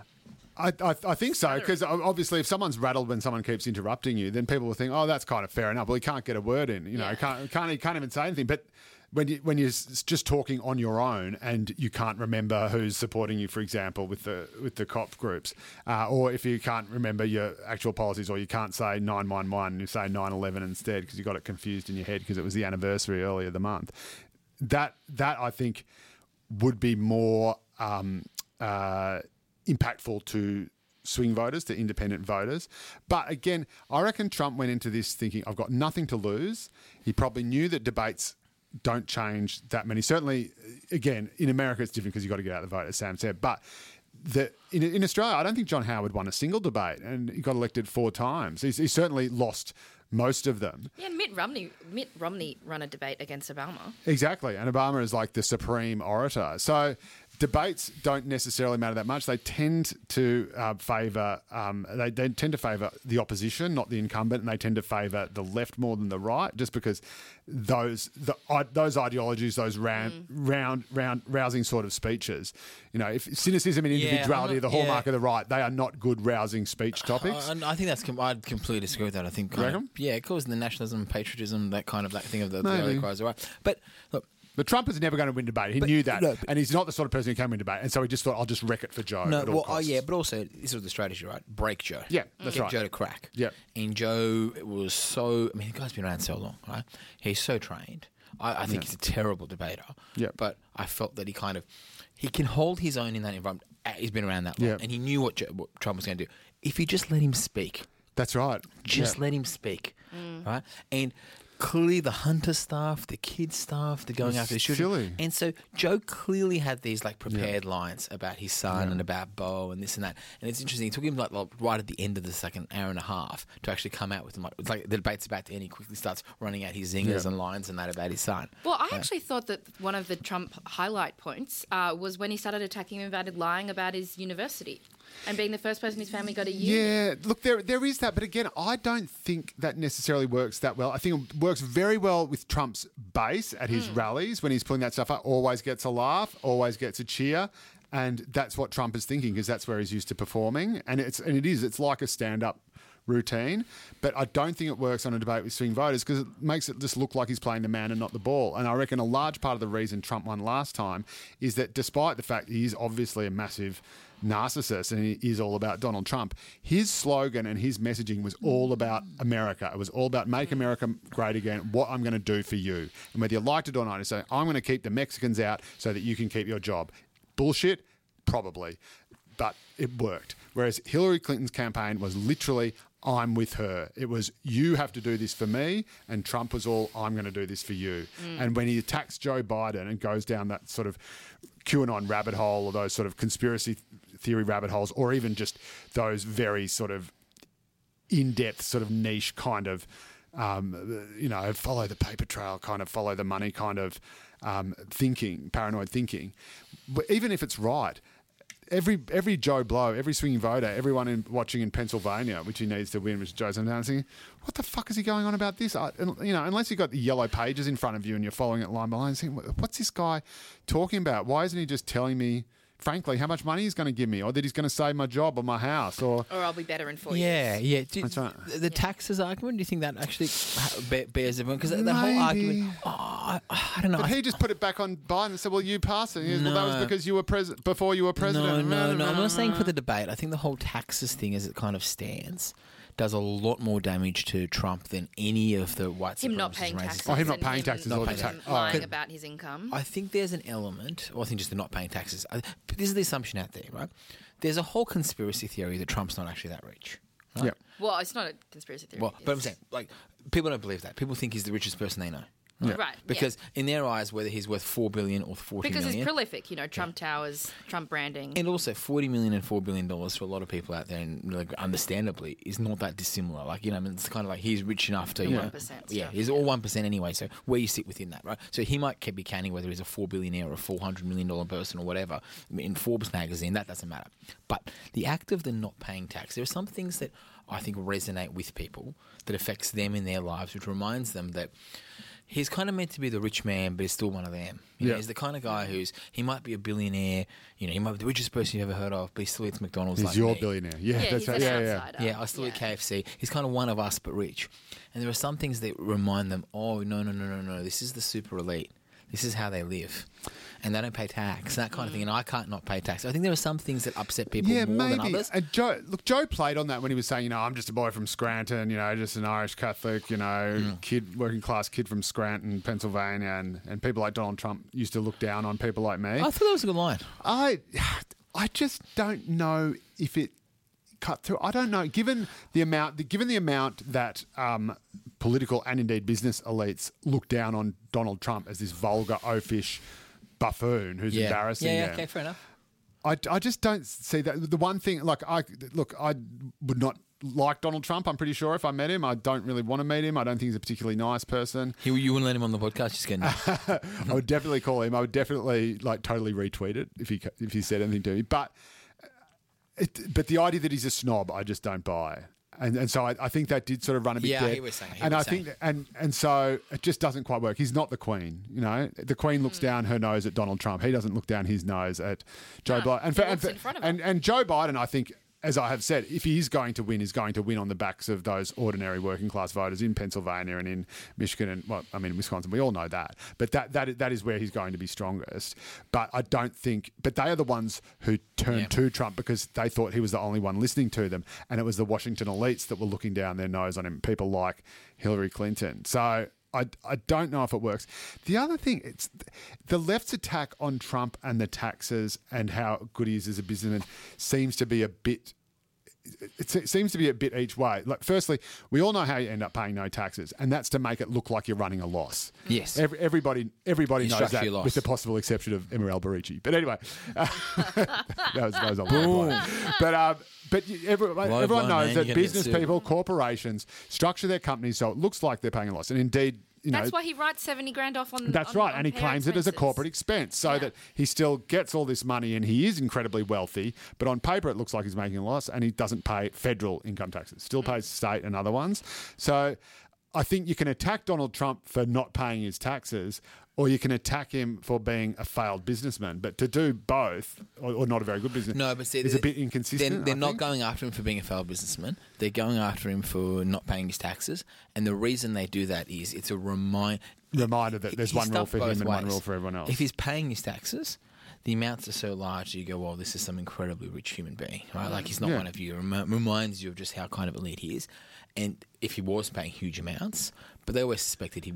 E: I, I, I think so because obviously, if someone's rattled when someone keeps interrupting you, then people will think, "Oh, that's kind of fair enough." Well, he can't get a word in, you know, can't can't he can't even say anything. But when you when you're s- just talking on your own and you can't remember who's supporting you, for example, with the with the cop groups, uh, or if you can't remember your actual policies, or you can't say nine one one, you say nine eleven instead because you got it confused in your head because it was the anniversary earlier the month. That that I think would be more um, uh, impactful to swing voters, to independent voters. But again, I reckon Trump went into this thinking, I've got nothing to lose. He probably knew that debates don't change that many. Certainly, again, in America, it's different because you've got to get out the vote, as Sam said. But the, in, in Australia, I don't think John Howard won a single debate and he got elected four times. He's, he certainly lost most of them.
C: Yeah, and Mitt Romney. Mitt Romney run a debate against Obama.
E: Exactly. And Obama is like the supreme orator. So debates don't necessarily matter that much. They tend to uh, favour um, they, they tend to favour the opposition, not the incumbent, and they tend to favour the left more than the right, just because those the, I those ideologies, those round,
B: Mm.
E: round, round, rousing sort of speeches. You know, if cynicism and
B: Yeah, I'm
E: individuality
B: not-
E: are the hallmark
B: yeah. Uh,
E: of the right, they are not good rousing speech topics.
B: I, Oh, I think that's. com- I'd completely disagree with that. I think. kind of-
E: reckon?
B: yeah, it calls the nationalism, patriotism, that kind of that thing of the, the
E: Maybe.
B: early cries, right? But look,
E: But Trump is never going to win debate. He
B: But-
E: knew that,
B: no, but-
E: and he's not the sort of person who can win debate. And so he just thought, "I'll just wreck it for Joe."
B: No,
E: at all
B: well, oh
E: costs."
B: yeah, but also this was the strategy, right? Break Joe. Mm.
E: Yeah, that's
B: Get
E: right.
B: Joe to crack.
E: Yeah.
B: and Joe was so. I mean, the guy's been around so long, right? He's so trained. I, I think he's a terrible debater.
E: Yeah.
B: but I felt that he kind of he can hold his own in that environment. Uh, He's been around that long,
E: Yeah.
B: and he knew what, Joe, what Trump was going to do. If you just let him speak,
E: That's right.
B: just
E: Yeah.
B: let him speak, right? And clearly, the hunter staff, the kids staff, they're going
E: It's
B: after the children.
E: silly.
B: And so Joe clearly had these like prepared lines about his son and about Bo and this and that. And it's interesting. It took him like, like, right at the end of the second hour and a half to actually come out with them. Like, it's like the debate's about to end. He quickly starts running out his zingers
E: Yeah.
B: and lines and that about his son.
C: Well, I
B: Yeah.
C: actually thought that one of the Trump highlight points uh, was when he started attacking him about lying about his university and being the first person in his family got a uni.
E: Yeah, look, there there is that, but again, I don't think that necessarily works that well. I think it works very well with Trump's base at
B: Hmm.
E: his rallies when he's pulling that stuff up. Always gets a laugh, always gets a cheer, and that's what Trump is thinking because that's where he's used to performing, and it's and it is it's like a stand up routine. But I don't think it works on a debate with swing voters because it makes it just look like he's playing the man and not the ball. And I reckon a large part of the reason Trump won last time is that despite the fact he is obviously a massive narcissist and it is all about Donald Trump. His slogan and his messaging was all about America. It was all about make America great again, what I'm going to do for you. And whether you liked it or not, he's saying, I'm going to keep the Mexicans out so that you can keep your job. Bullshit? Probably. But it worked. Whereas Hillary Clinton's campaign was literally, I'm with her. It was, you have to do this for me. And Trump was all, I'm going to do this for you.
L: Mm.
E: And when he attacks Joe Biden and goes down that sort of QAnon rabbit hole or those sort of conspiracy th- theory rabbit holes, or even just those very sort of in depth, sort of niche kind of, um, you know, follow the paper trail kind of, follow the money kind of um, thinking, paranoid thinking. But even if it's right, Every every Joe Blow, every swinging voter, everyone in, watching in Pennsylvania, which he needs to win, which Joe's announcing, what the fuck is he going on about this? I, and, you know, unless you've got the yellow pages in front of you and you're following it line by line, saying, "What- what's this guy talking about? Why isn't he just telling me, frankly, how much money he's going to give me, or that he's going to save my job or my house, or
C: Or I'll be better in four
B: Yeah,
C: years.
B: yeah. Do, The, the taxes argument. Do you think that actually ha- be- bears everyone? Because the whole
E: Maybe.
B: argument. Oh, I, I don't know.
E: But
B: I-
E: he just put it back on Biden and said, "Well, you passed it. He goes, Well, that
B: No.
E: was because you were president before you were president."
B: No, no, no. I'm not saying for the debate. I think the whole taxes thing, as it kind of stands, does a lot more damage to Trump than any of the white
C: Him not
B: supremacist
C: paying
B: racist-
E: Oh,
C: taxes. and him
B: Not
C: not
B: paying
C: him
B: tax-
C: Lying
B: Oh.
C: about his income.
B: I think there's an element, or I think just the not paying taxes. I, but this is the assumption out there, right? There's a whole conspiracy theory that Trump's not actually that rich. Right?
C: Well, it's not a conspiracy theory.
B: Well, but I'm
C: it's-
B: saying, like, people don't believe that. People think he's the richest person they know.
C: Yeah. Right, yeah.
B: Because in their eyes, whether he's worth four billion or forty
C: Because
B: million,
C: it's prolific, you know, Trump Towers, Trump branding.
B: and also, forty million and four billion dollars for a lot of people out there, and like, understandably, is not that dissimilar. Like you know, I mean, it's kind of like he's rich enough to
C: The
B: you know,
C: 1%
B: yeah,
C: stuff,
B: he's all one percent anyway. So where you sit within that, right? So he might keep be counting whether he's a four billionaire or a four hundred million dollar person or whatever in Forbes magazine. That doesn't matter. But the act of the not paying tax, there are some things that I think resonate with people that affects them in their lives, which reminds them that he's kind of meant to be the rich man, but he's still one of them. You know,
E: Yeah.
B: he's the kind of guy who's he might be a billionaire, you know, he might be the richest person you've ever heard of, but he still eats McDonald's.
E: He's
B: like
E: your
B: me.
E: billionaire. Yeah, Yeah, that's he's right. an Yeah, yeah. outsider.
B: yeah. I still eat KFC. He's kind of one of us, but rich. And there are some things that remind them, oh no, no, no, no, no, this is the super elite. This is how they live, and they don't pay tax, that kind of thing. And I can't not pay tax. I think there are some things that upset people
E: yeah,
B: more
E: maybe.
B: than others.
E: And Joe, look, Joe played on that when he was saying, you know, I'm just a boy from Scranton, you know, just an Irish Catholic, you know, kid, working class kid from Scranton, Pennsylvania, and, and people like Donald Trump used to look down on people like me.
B: I thought that was a good line.
E: I, I just don't know if it cut through. I don't know. Given the amount, the, given the amount that um, political and indeed business elites look down on Donald Trump as this vulgar oafish buffoon who's
B: yeah.
E: embarrassing
B: Yeah, yeah,
E: them.
B: okay, fair enough.
E: I, I just don't see that. The one thing, like, I look, I would not like Donald Trump. I'm pretty sure if I met him, I don't really want to meet him. I don't think he's a particularly nice person.
B: He, you wouldn't let him on the podcast. Just getting
E: I would definitely call him. I would definitely like totally retweet it if he if he said anything to me. But uh, it, but the idea that he's a snob, I just don't buy. And, and so I, I think that did sort of run a bit
B: Yeah,
E: dead.
B: he was saying- he
E: and
B: was
E: I think
B: saying.
E: and and so it just doesn't quite work. He's not the Queen, you know. The Queen looks
B: Hmm.
E: down her nose at Donald Trump. He doesn't look down his nose at Joe Biden. And, for, and, for- and and Joe Biden, I think, as I have said, if he is going to win, is going to win on the backs of those ordinary working class voters in Pennsylvania and in Michigan and well, I mean Wisconsin. We all know that, but that that that is where he's going to be strongest. But I don't think. But they are the ones who turned to Trump because they thought he was the only one listening to them, and it was the Washington elites that were looking down their nose on him. People like Hillary Clinton. So I, I don't know if it works. The other thing, it's the left's attack on Trump and the taxes and how good he is as a businessman seems to be a bit. It se- seems to be a bit each way. Like, firstly, we all know how you end up paying no taxes, and that's to make it look like you're running a loss.
B: Yes.
E: Every, everybody, everybody
B: You
E: knows
B: structure
E: that,
B: your loss.
E: with the possible exception of Emeril Barici. But anyway, uh, that was, that was on my
B: Boom.
E: mind. But um, but you- everyone,
B: Blow
E: everyone
B: blow,
E: knows
B: man. You're
E: that
B: gonna get
E: business
B: sued.
E: people, corporations structure their companies so it looks like they're paying a loss, and indeed, you know,
C: That's why he writes 70 grand off on
E: that's
C: on-
E: right,
C: on
E: and he
C: hair
E: claims it as a
C: expenses.
E: corporate expense, so that he still gets all this money, and he is incredibly wealthy. But on paper, it looks like he's making a loss, and he doesn't pay federal income taxes; still
B: Mm.
E: pays state and other ones. So, I think you can attack Donald Trump for not paying his taxes. or you can attack him for being a failed businessman. But to do both, or, or not a very good business,
B: No, but see,
E: is a
B: th-
E: bit inconsistent.
B: They're, they're
E: I
B: not
E: think.
B: going after him for being a failed businessman. They're going after him for not paying his taxes. And the reason they do that is it's a remind
E: reminder that there's
B: He's
E: one rule
B: stuffed
E: for him
B: both
E: and one
B: ways.
E: rule for everyone else.
B: If he's paying his taxes, the amounts are so large you go, well, this is some incredibly rich human being, right? Like he's not
E: Yeah.
B: one of you. Remi- reminds you of just how kind of elite he is. And if he was paying huge amounts, but they always suspected he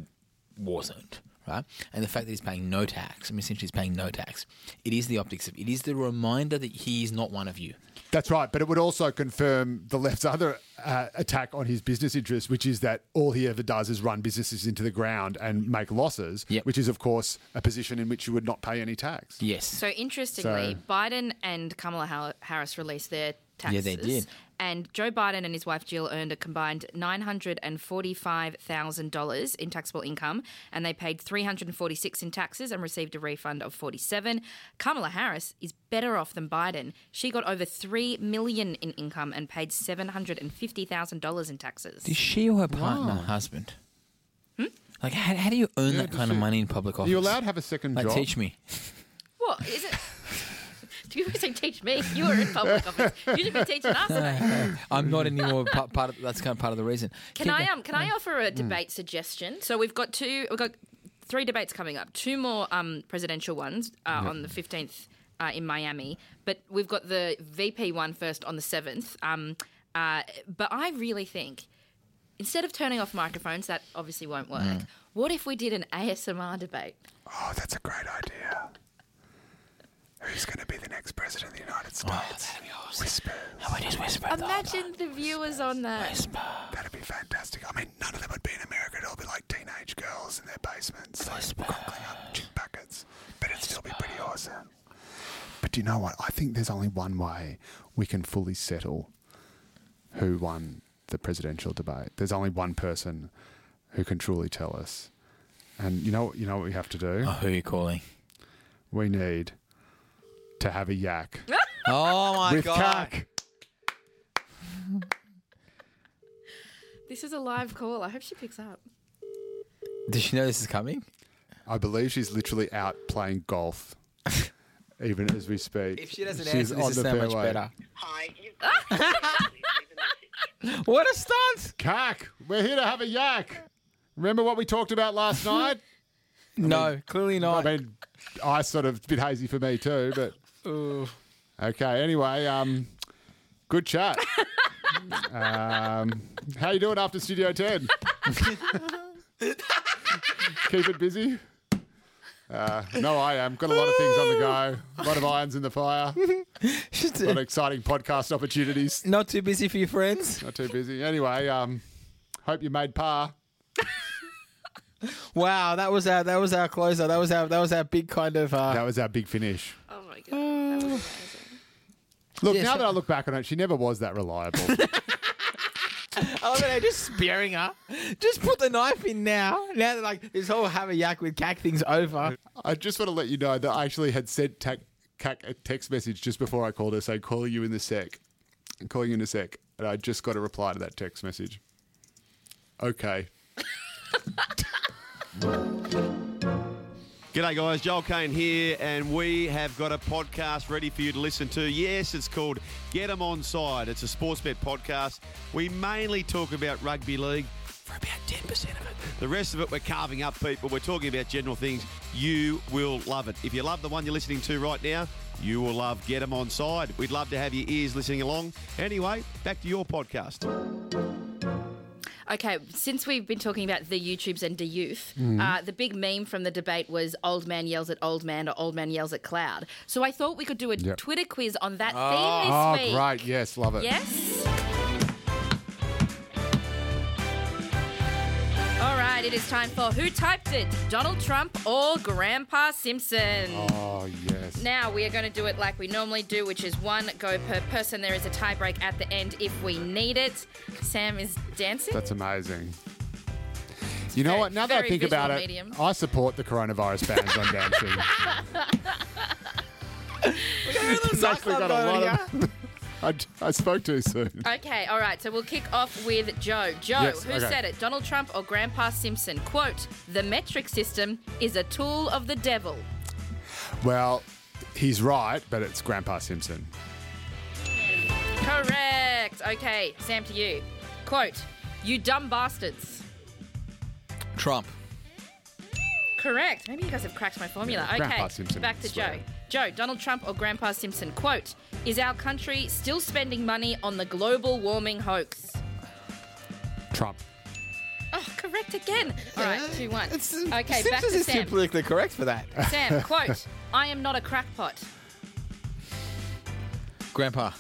B: wasn't, right? And the fact that he's paying no tax, I mean, essentially he's paying no tax. It is the optics of it is the reminder that he is not one of you.
E: That's right, but it would also confirm the left's other uh, attack on his business interests, which is that all he ever does is run businesses into the ground and make losses, which is, of course, a position in which you would not pay any tax.
B: Yes.
C: So interestingly,
E: So-
C: Biden and Kamala Hal- Harris released their
E: Yeah,
C: taxes.
E: they did.
C: And Joe Biden and his wife Jill earned a combined nine hundred and forty-five thousand dollars in taxable income, and they paid three hundred and forty-six in taxes and received a refund of forty-seven. Kamala Harris is better off than Biden. She got over three million in income and paid seven hundred and fifty thousand dollars in taxes.
B: Is she or her partner, husband? Like, how, how do you earn that kind of money in public
E: Are
B: office?
E: you allowed to have a second
B: Like,
E: job?
B: teach me.
C: What is it? Do you say teach me? You were in public office. You should be teaching us.
B: I'm not anymore part, part of that's kind of part of the reason.
C: Can
B: Keep
C: I
B: going.
C: um can I offer a debate suggestion? So we've got two we've got three debates coming up. Two more um presidential ones uh,
L: Yeah.
C: on the 15th uh, in Miami, but we've got the VP one first on the 7th. Um uh, but I really think instead of turning off microphones that obviously won't work.
E: Mm.
C: What if we did an ASMR debate?
E: Oh, that's a great idea. Who's going to be the next president of the United States? Whisper.
B: How about just whisper?
C: Imagine the viewers on that.
E: That'd be fantastic. I mean, none of them would be in America. It'd all be like teenage girls in their basements, like crunkling up chick buckets. But it'd still be pretty awesome. But do you know what? I think there's only one way we can fully settle who won the presidential debate. There's only one person who can truly tell us. And you know, you know what we have to do.
B: who are you calling?
E: We need to have a yak
B: oh my
E: with
B: god!
E: Kak.
C: This is a live call. I hope she picks up.
B: Does she know this is coming?
E: I believe she's literally out playing golf, even as we speak.
B: If she doesn't
E: She's
B: answer, this
E: on
B: is
E: the
B: so much
E: fairway.
B: better. What a stunt!
E: Kak, we're here to have a yak. Remember what we talked about last night?
B: no, clearly not.
E: I mean, I sort of a bit hazy for me too, but okay. Anyway, um, good chat. um, how you doing after Studio Ten? Keep it busy. Uh, no, I am. Got a lot of things on the go. A lot of irons in the fire. a lot of exciting podcast opportunities.
B: Not too busy for your friends.
E: Not too busy. Anyway, um, hope you made par.
B: Wow, that was our that was our closer. That was our that was our big kind of. Uh,
E: That was our big finish.
C: Oh my god. That was
E: Look,
B: Yeah,
E: now
B: so-
E: that I look back on it, she never was that reliable.
B: I love it. oh, they're Just spearing her. Just put the knife in now. Now that like this whole have a yak with cack thing's over.
E: I just want to let you know that I actually had sent Tac Cac a text message just before I called her saying, call you in the sec. I'm calling you in a sec. And I just got a reply to that text message. Okay.
M: G'day, guys. Joel Kane here, and we have got a podcast ready for you to listen to. Yes, it's called Get 'Em Onside. It's a sports bet podcast. We mainly talk about rugby league for about 10% of it. The rest of it, we're carving up people. We're talking about general things. You will love it. If you love the one you're listening to right now, you will love Get 'Em Onside. We'd love to have your ears listening along. Anyway, back to your podcast.
C: Okay, since we've been talking about the YouTubes and the youth,
E: Mm.
M: Mhm.
C: uh, the big meme from the debate was old man yells at old man or old man yells at cloud. So I thought we could do a
E: Yep.
C: Twitter quiz on that
E: oh,
C: theme this week.
E: great. Yes, love it.
C: Yes? All right, it is time for Who Typed It? Donald Trump or Grandpa Simpson?
E: Oh, yes.
C: Now we are going to do it like we normally do, which is one go per person. There is a tie break at the end if we need it. Sam is dancing.
E: That's amazing. You know what? Now that I
C: very
E: think
C: visual
E: about it,
C: medium.
E: I support the coronavirus bans on dancing.
B: It's
E: actually got a lot of- I, I spoke too soon.
C: Okay, all right. So we'll kick off with Joe. Joe,
E: Yes,
C: who
E: okay.
C: said it? Donald Trump or Grandpa Simpson? Quote, the metric system is a tool of the devil.
E: Well, he's right, but it's Grandpa Simpson.
C: Correct. Okay, Sam, to you. Quote, you dumb bastards.
B: Trump.
C: Correct. Maybe you guys have cracked my formula.
B: Yeah, Grandpa
C: okay,
B: Simpson,
C: back to Joe.
B: swear.
C: Joe, Donald Trump or Grandpa Simpson? Quote, is our country still spending money on the global warming hoax?
E: Trump.
C: Oh, correct again. All right, 2 1. Okay, back
B: Simpsons
C: to
B: is too
C: Sam.
B: politically correct for that.
C: Sam, quote, I am not a crackpot.
B: Grandpa.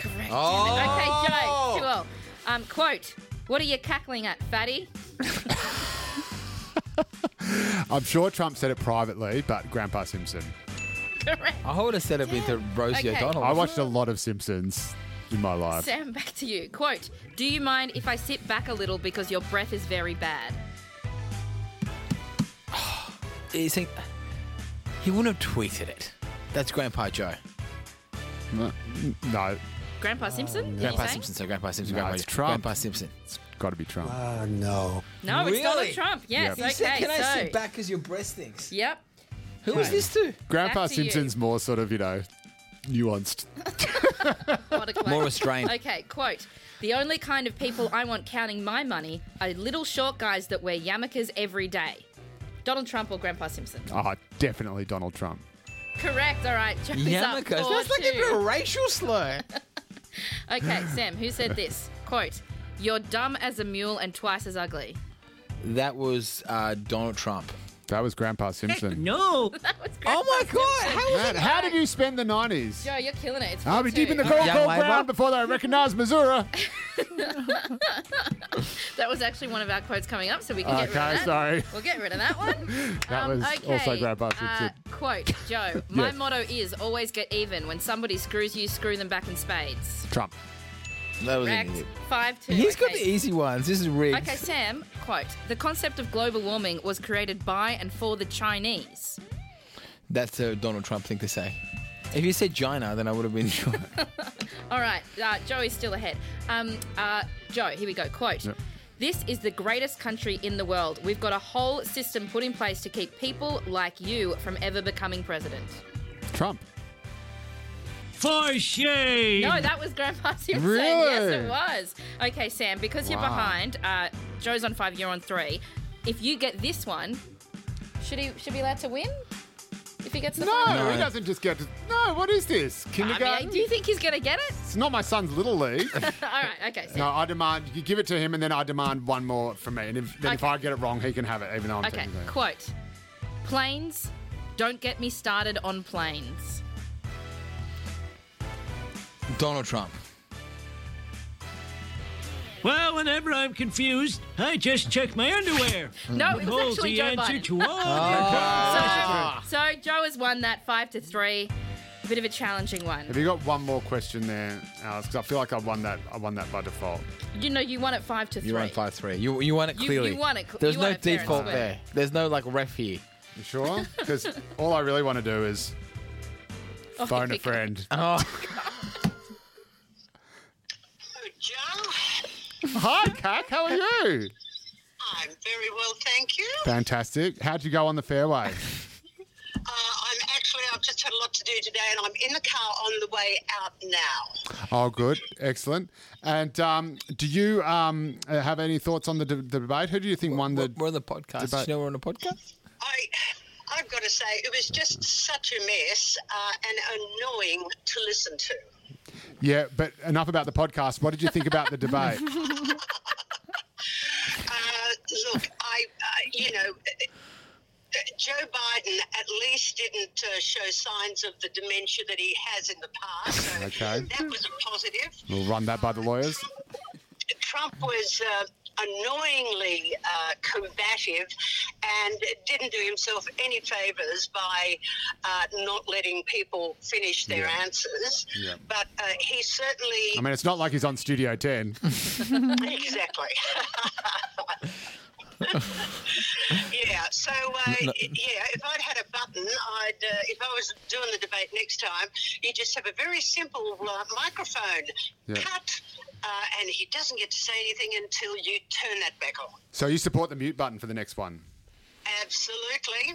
C: Correct.
B: Oh.
C: Okay, Joe, too well. Um, quote, what are you cackling at, fatty?
E: I'm sure Trump said it privately, but Grandpa Simpson.
C: Correct.
B: I would have said it with the Rosie
C: Okay.
B: O'Donnell.
E: I watched a lot of Simpsons in my life.
C: Sam, back to you. Quote, do you mind if I sit back a little because your breath is very bad?
B: You see, he wouldn't have tweeted it. That's Grandpa Joe.
E: No.
C: Grandpa Simpson? did you
B: Oh. Grandpa
C: say?
B: Simpson, so Grandpa Simpson,
E: No,
B: Grandpa,
E: it's Trump.
B: Grandpa Simpson.
E: It's got to be Trump.
C: Uh,
D: Oh, no.
C: No, it's Donald
B: Really?
C: Trump. Yes,
B: You
C: okay.
B: said, "Can I
C: so,
B: sit back as your breast stinks?"
C: Yep.
B: Who is this to?
E: Grandpa
C: Back to you.
E: Simpson's more sort of, you know, nuanced.
C: What a quote.
E: More restrained.
C: Okay, quote. The only kind of people I want counting my money are little short guys that wear yarmulkes every day. Donald Trump or Grandpa Simpson?
E: Oh, definitely Donald Trump.
C: Correct. All right. Joe is up
B: Yarmulkes.
C: four,
B: That's like
C: two.
B: even a racial slur.
C: Okay, Sam, who said this? Quote, You're dumb as a mule and twice as ugly.
B: That was uh, Donald Trump.
E: That was Grandpa Simpson.
C: oh
B: No. my God! How
E: Matt, how did you spend the 90s?
C: Joe, you're killing it. It's
E: I'll
C: four,
E: be
C: two.
E: deep in the cold, cold ground before they recognize Missouri.
C: That was actually one of our quotes coming up, so we can get rid of
E: Okay,
C: that.
E: sorry.
C: We'll get rid of that one. Um,
E: That was also Grandpa
C: uh,
E: Simpson.
C: quote, Joe, my
E: Yes.
C: motto is always get even. When somebody screws you, screw them back in spades.
E: Trump.
B: That was
C: Correct.
B: an idiot.
C: Five, two.
B: He's got
C: okay.
B: the easy ones. This is rigged.
C: Okay, Sam, quote, the concept of global warming was created by and for the Chinese.
B: That's a Donald Trump thing to say. If you said China, then I would have been sure.
C: All right, uh, Joey's still ahead. Um, uh, Joe, here we go. Quote.
B: Yep.
C: This is the greatest country in the world. We've got a whole system put in place to keep people like you from ever becoming president.
E: Trump.
L: For shame.
C: No, that was Grandpa Simpson.
L: Really?
C: Yes, it was. Okay, Sam, because you're
L: Wow.
C: behind, uh, Joe's on five, you're on three. If you get this one, should he should be allowed to win? If he gets the
E: No,
C: final?
E: he doesn't just get to. No, what is this?
C: I
E: Kindergarten?
C: mean, do you think he's gonna get it?
E: it's not my son's little league.
C: All right, okay. Sam.
E: no, I demand. You give it to him, and then I demand one more from me. And if, then if I get it wrong, he can have it, even though I'm
C: okay,
E: taking it.
C: quote. Planes, don't get me started on planes.
B: Donald Trump.
L: Well, whenever I'm confused, I just check my underwear.
E: Hmm.
C: No, it was
L: Holds
C: actually
L: the
C: Joe
L: answer
C: Biden.
L: to all
C: Oh. So, so Joe has won that five to three. A bit of a challenging one.
E: Have you got one more question there, Alice? Because I feel like I won that. I won that by default.
C: You know, you won it five to
B: You won
C: three.
B: five three. You you won it
C: You-
B: clearly.
C: you won it cl-
B: There's
C: you
B: no
C: won it fair and
B: default
C: square.
B: there. There's no like ref here.
E: You sure? Because all I really want to do is
C: Oh,
E: phone
C: here
E: a friend.
B: Oh.
E: Hi, Kak. How are you?
N: I'm very well, thank you.
E: Fantastic. How'd you go on the
N: Uh,
E: fairway?
N: I'm actually, I've just had a lot to do today, and I'm in the car on the way out now.
E: Oh, good. Excellent. And um, do you um, uh, have any thoughts on the, de- the debate? Who do you think won the?
B: We're on the podcast.
E: Debate?
B: You know we're on a podcast.
N: I, I've got to say, it was just such a mess uh, and annoying to listen to.
E: Yeah, but enough about the podcast. What did you think about the debate?
N: Uh, look, I, uh, you know, uh, uh, Joe Biden at least didn't uh, show signs of the dementia that he has in the past. So
E: Okay.
N: that was a positive.
E: We'll run that by the lawyers.
N: Trump was uh, annoyingly uh, combative and didn't do himself any favors by uh, not letting people finish their
E: Yeah.
N: answers.
E: Yeah.
N: But uh, he certainly.
E: I mean, it's not like he's on Studio 10.
N: exactly. yeah. So uh,
E: No.
N: yeah, if I'd had a button, Biden, I'd, uh, if I was doing the debate next time, you just have a very simple uh, microphone
E: Yeah.
N: cut, uh, and he doesn't get to say anything until you turn that back on.
E: So you support the mute button for the next one.
N: Absolutely.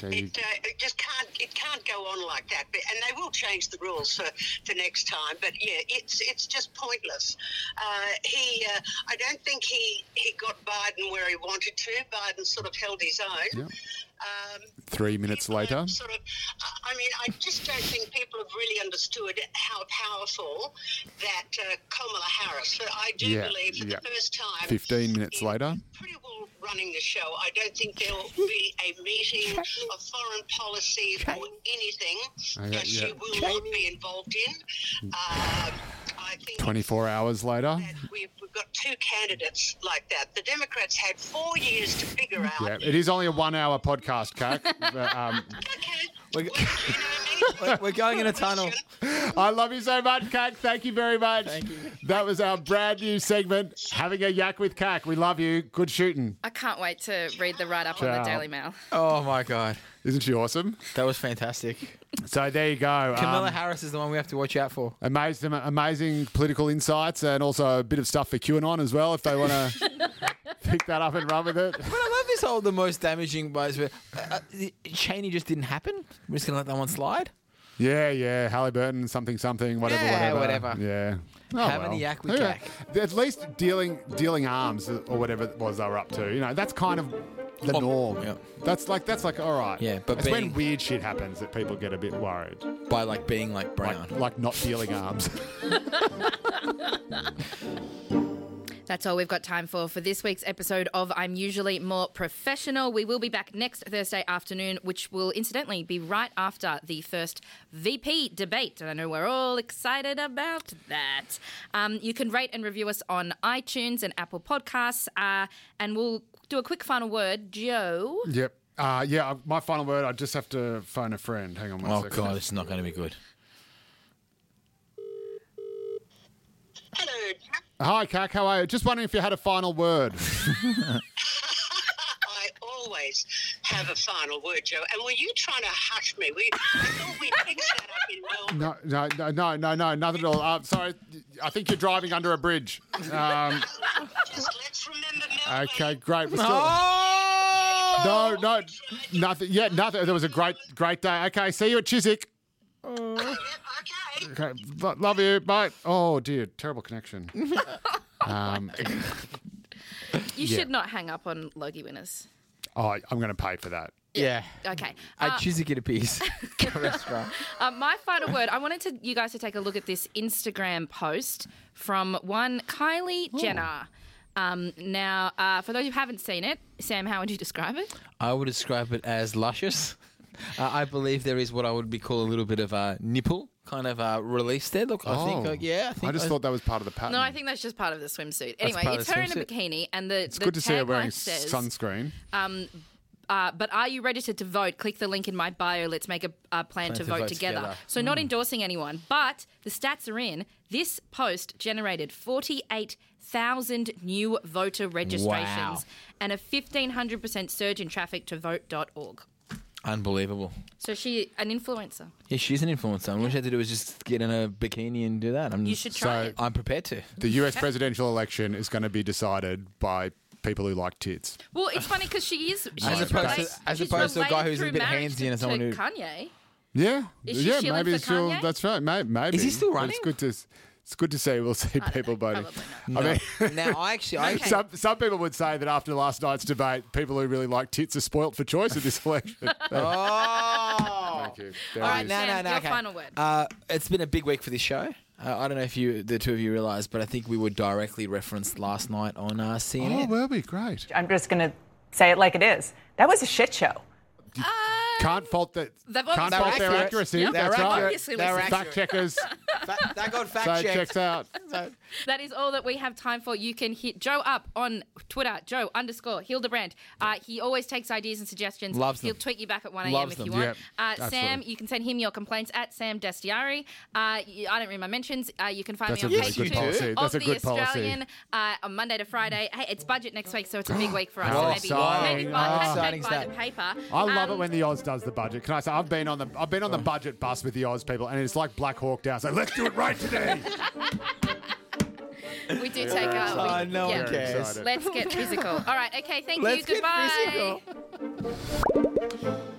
E: So you-
N: It, uh, it just can't it can't go on like that, But- and they will change the rules for, for next time. But yeah, it's it's just pointless. Uh, he, uh, I don't think he, he got Biden where he wanted to. Biden sort of held his own.
E: Yeah.
N: Um,
E: Three minutes later.
N: sort of, I- I mean, I just don't think people have really understood how powerful that uh, Kamala Harris. But I do
E: Yeah,
N: believe for
E: yeah.
N: the first time,
E: Fifteen minutes later.
N: people running the show. I don't think there will be a meeting of foreign policy or anything
E: Okay,
N: that she
E: yeah.
N: will not be involved in. Um,
E: Twenty-four hours later.
N: We've, we've got two candidates like that. The Democrats had four years to figure out.
E: Yeah, it is only a one-hour podcast, Kak. but, um,
B: we're, we're going in a tunnel.
E: I love you so much, Kak. Thank you very much. Thank you. That was our brand new segment, having a yak with Kak. We love you. Good shooting.
C: I can't wait to read the write up on
E: Ciao.
C: the Daily Mail.
B: Oh my god,
E: isn't she awesome?
B: That was fantastic.
E: So there you go.
B: Camilla
E: Um,
B: Harris is the one we have to watch out for.
E: Amazing, amazing political insights, and also a bit of stuff for QAnon as well. If they want to pick that up and run with it.
B: But I love this whole the most damaging ways where uh, uh, Cheney just didn't happen. We're just gonna let that one slide.
E: Yeah, yeah, Halliburton, something, something, whatever,
B: Yeah,
E: whatever,
B: whatever.
E: Yeah. Oh,
B: Having a yak with
E: Yeah. At least dealing dealing arms or whatever it was they were up to. You know, that's kind of the norm. That's like that's like all right.
B: Yeah, but
E: it's when
B: being-
E: weird shit happens that people get a bit worried.
B: By like being like brown.
E: Like, like not dealing arms.
C: That's all we've got time for for this week's episode of I'm Usually More Professional. We will be back next Thursday afternoon, which will incidentally be right after the first VP debate. And I know we're all excited about that. Um, you can rate and review us on iTunes and Apple Podcasts. Uh, and we'll do a quick final word. Joe.
E: yep. Uh, yeah, I- my final word, I just have to phone a friend. Hang on one
B: Oh
E: second.
B: god, it's not going to be good.
E: Hi, Kak, how are you? Just wondering if you had a final word.
N: I always have a final word, Joe. And were you trying to hush me? We, I thought we fixed that up in Melbourne.
E: No, no, no, no, no, no, nothing at all. Uh, sorry, I think you're driving under a bridge. Um, okay, great. We're still-
B: Oh!
E: no, no, nothing. Yeah, nothing. There was a great, great day. Okay, see you at Chiswick.
B: Oh.
E: Okay, lo- love you. Bye. Oh dear, terrible connection. Um,
C: You
E: Yeah.
C: should not hang up on Logie winners.
E: oh, I'm going to pay for that.
B: Yeah.
C: Okay.
B: I
C: Uh,
B: choose to get a piece. restaurant.
C: Uh, my final word. I wanted to you guys to take a look at this Instagram post from one Kylie Jenner. Um, now, uh, for those who haven't seen it, Sam, how would you describe it?
B: I would describe it as luscious. Uh, I believe there is what I would be call a little bit of a nipple kind of uh, release there. Look, I think,
E: Oh.
B: uh, yeah, I think
E: just thought that was part of the pattern.
C: No, I think that's just part of the swimsuit.
E: That's
C: Anyway,
E: part of
C: it's
E: the
C: her in a
E: swimsuit.
C: bikini, and the
E: it's good to see her wearing
C: says,
E: sunscreen.
C: Um, uh, but are you registered to vote? Click the link in my bio. Let's make a, a plan to vote, together. So
B: Hmm.
C: not endorsing anyone, but the stats are in. This post generated forty-eight thousand new voter registrations
B: Wow.
C: and a fifteen hundred percent surge in traffic to vote.org.
B: unbelievable.
C: So she an influencer.
B: Yeah, she's an influencer. And All she had to do was just get in a bikini and do that. I'm
C: You
B: just-
C: should try So- it.
B: I'm prepared to.
E: The U.S. presidential election is going to be decided by people who like tits.
C: Well, it's funny because she is she's
B: As opposed to-
C: related-
B: as
C: she's
B: opposed to a guy
C: related
B: who's a
C: through
B: bit
C: marriage
B: handsy and someone
C: to
B: who-
C: Kanye.
E: Yeah,
C: Is she
E: yeah,
C: shilling
E: maybe
C: for
E: it's still.
C: Kanye?
E: That's right. May, maybe.
B: Is he still
E: But
B: running?
E: It's good to. s- It's good to see. We'll see people voting.
B: No. Now, I actually- I- Okay.
E: some some people would say that after last night's debate, people who really like tits are spoilt for choice at this election.
B: Oh.
E: Thank you. There
B: All
E: it
B: right,
E: is.
B: no, no, no.
C: your
B: okay.
C: final word.
B: Uh, it's been a big week for this show. Uh, I don't know if you, the two of you, realised, but I think we were directly referenced last night on uh, CNN.
E: Oh, were we? Great.
O: I'm just going to say it like it is. That was a shit show.
E: Can't fault that.
C: They've
E: Can't
C: obviously-
E: fault their
C: They're accurate.
E: accuracy.
C: Yep.
E: That's
C: They're
E: right.
C: accurate. Obviously
E: Fact
C: listening.
E: checkers
P: Fa- that got fact
E: So
P: checked.
E: checks out.
C: That is all that we have time for. You can hit Joe up on Twitter, Joe underscore Hildebrand. Uh, he always takes ideas and suggestions.
B: Loves them.
C: He'll tweet you back at 1 a.m.
B: Loves
C: if
B: them,
C: you want.
B: yeah,
C: uh, Sam,
B: absolutely.
C: you can send him your complaints at Sam Destiari. Uh, you- I don't read my mentions. Uh, you can find
E: That's
C: me
E: a
C: on
E: really
C: page
E: good
C: two
E: policy.
C: of
E: That's a
C: The
E: good policy.
C: Australian uh, on Monday to Friday. Hey, it's budget next week, so it's a big week for us.
E: How
C: so maybe,
E: exciting.
C: maybe
E: How
C: buy,
E: exciting
C: hashtag
E: is
C: buy
E: that?
C: the paper.
E: I
C: Um,
E: love it when the Oz does the budget. Can I say I've been on the I've been on the budget bus with the Oz people, and it's like Black Hawk Down. So let's do it right today.
C: we do
E: Yeah.
C: take
E: Very
C: out.
E: excited. No one cares.
C: Let's get physical. All right. Okay. Thank
E: Let's
C: you.
E: get
C: Goodbye.
E: physical.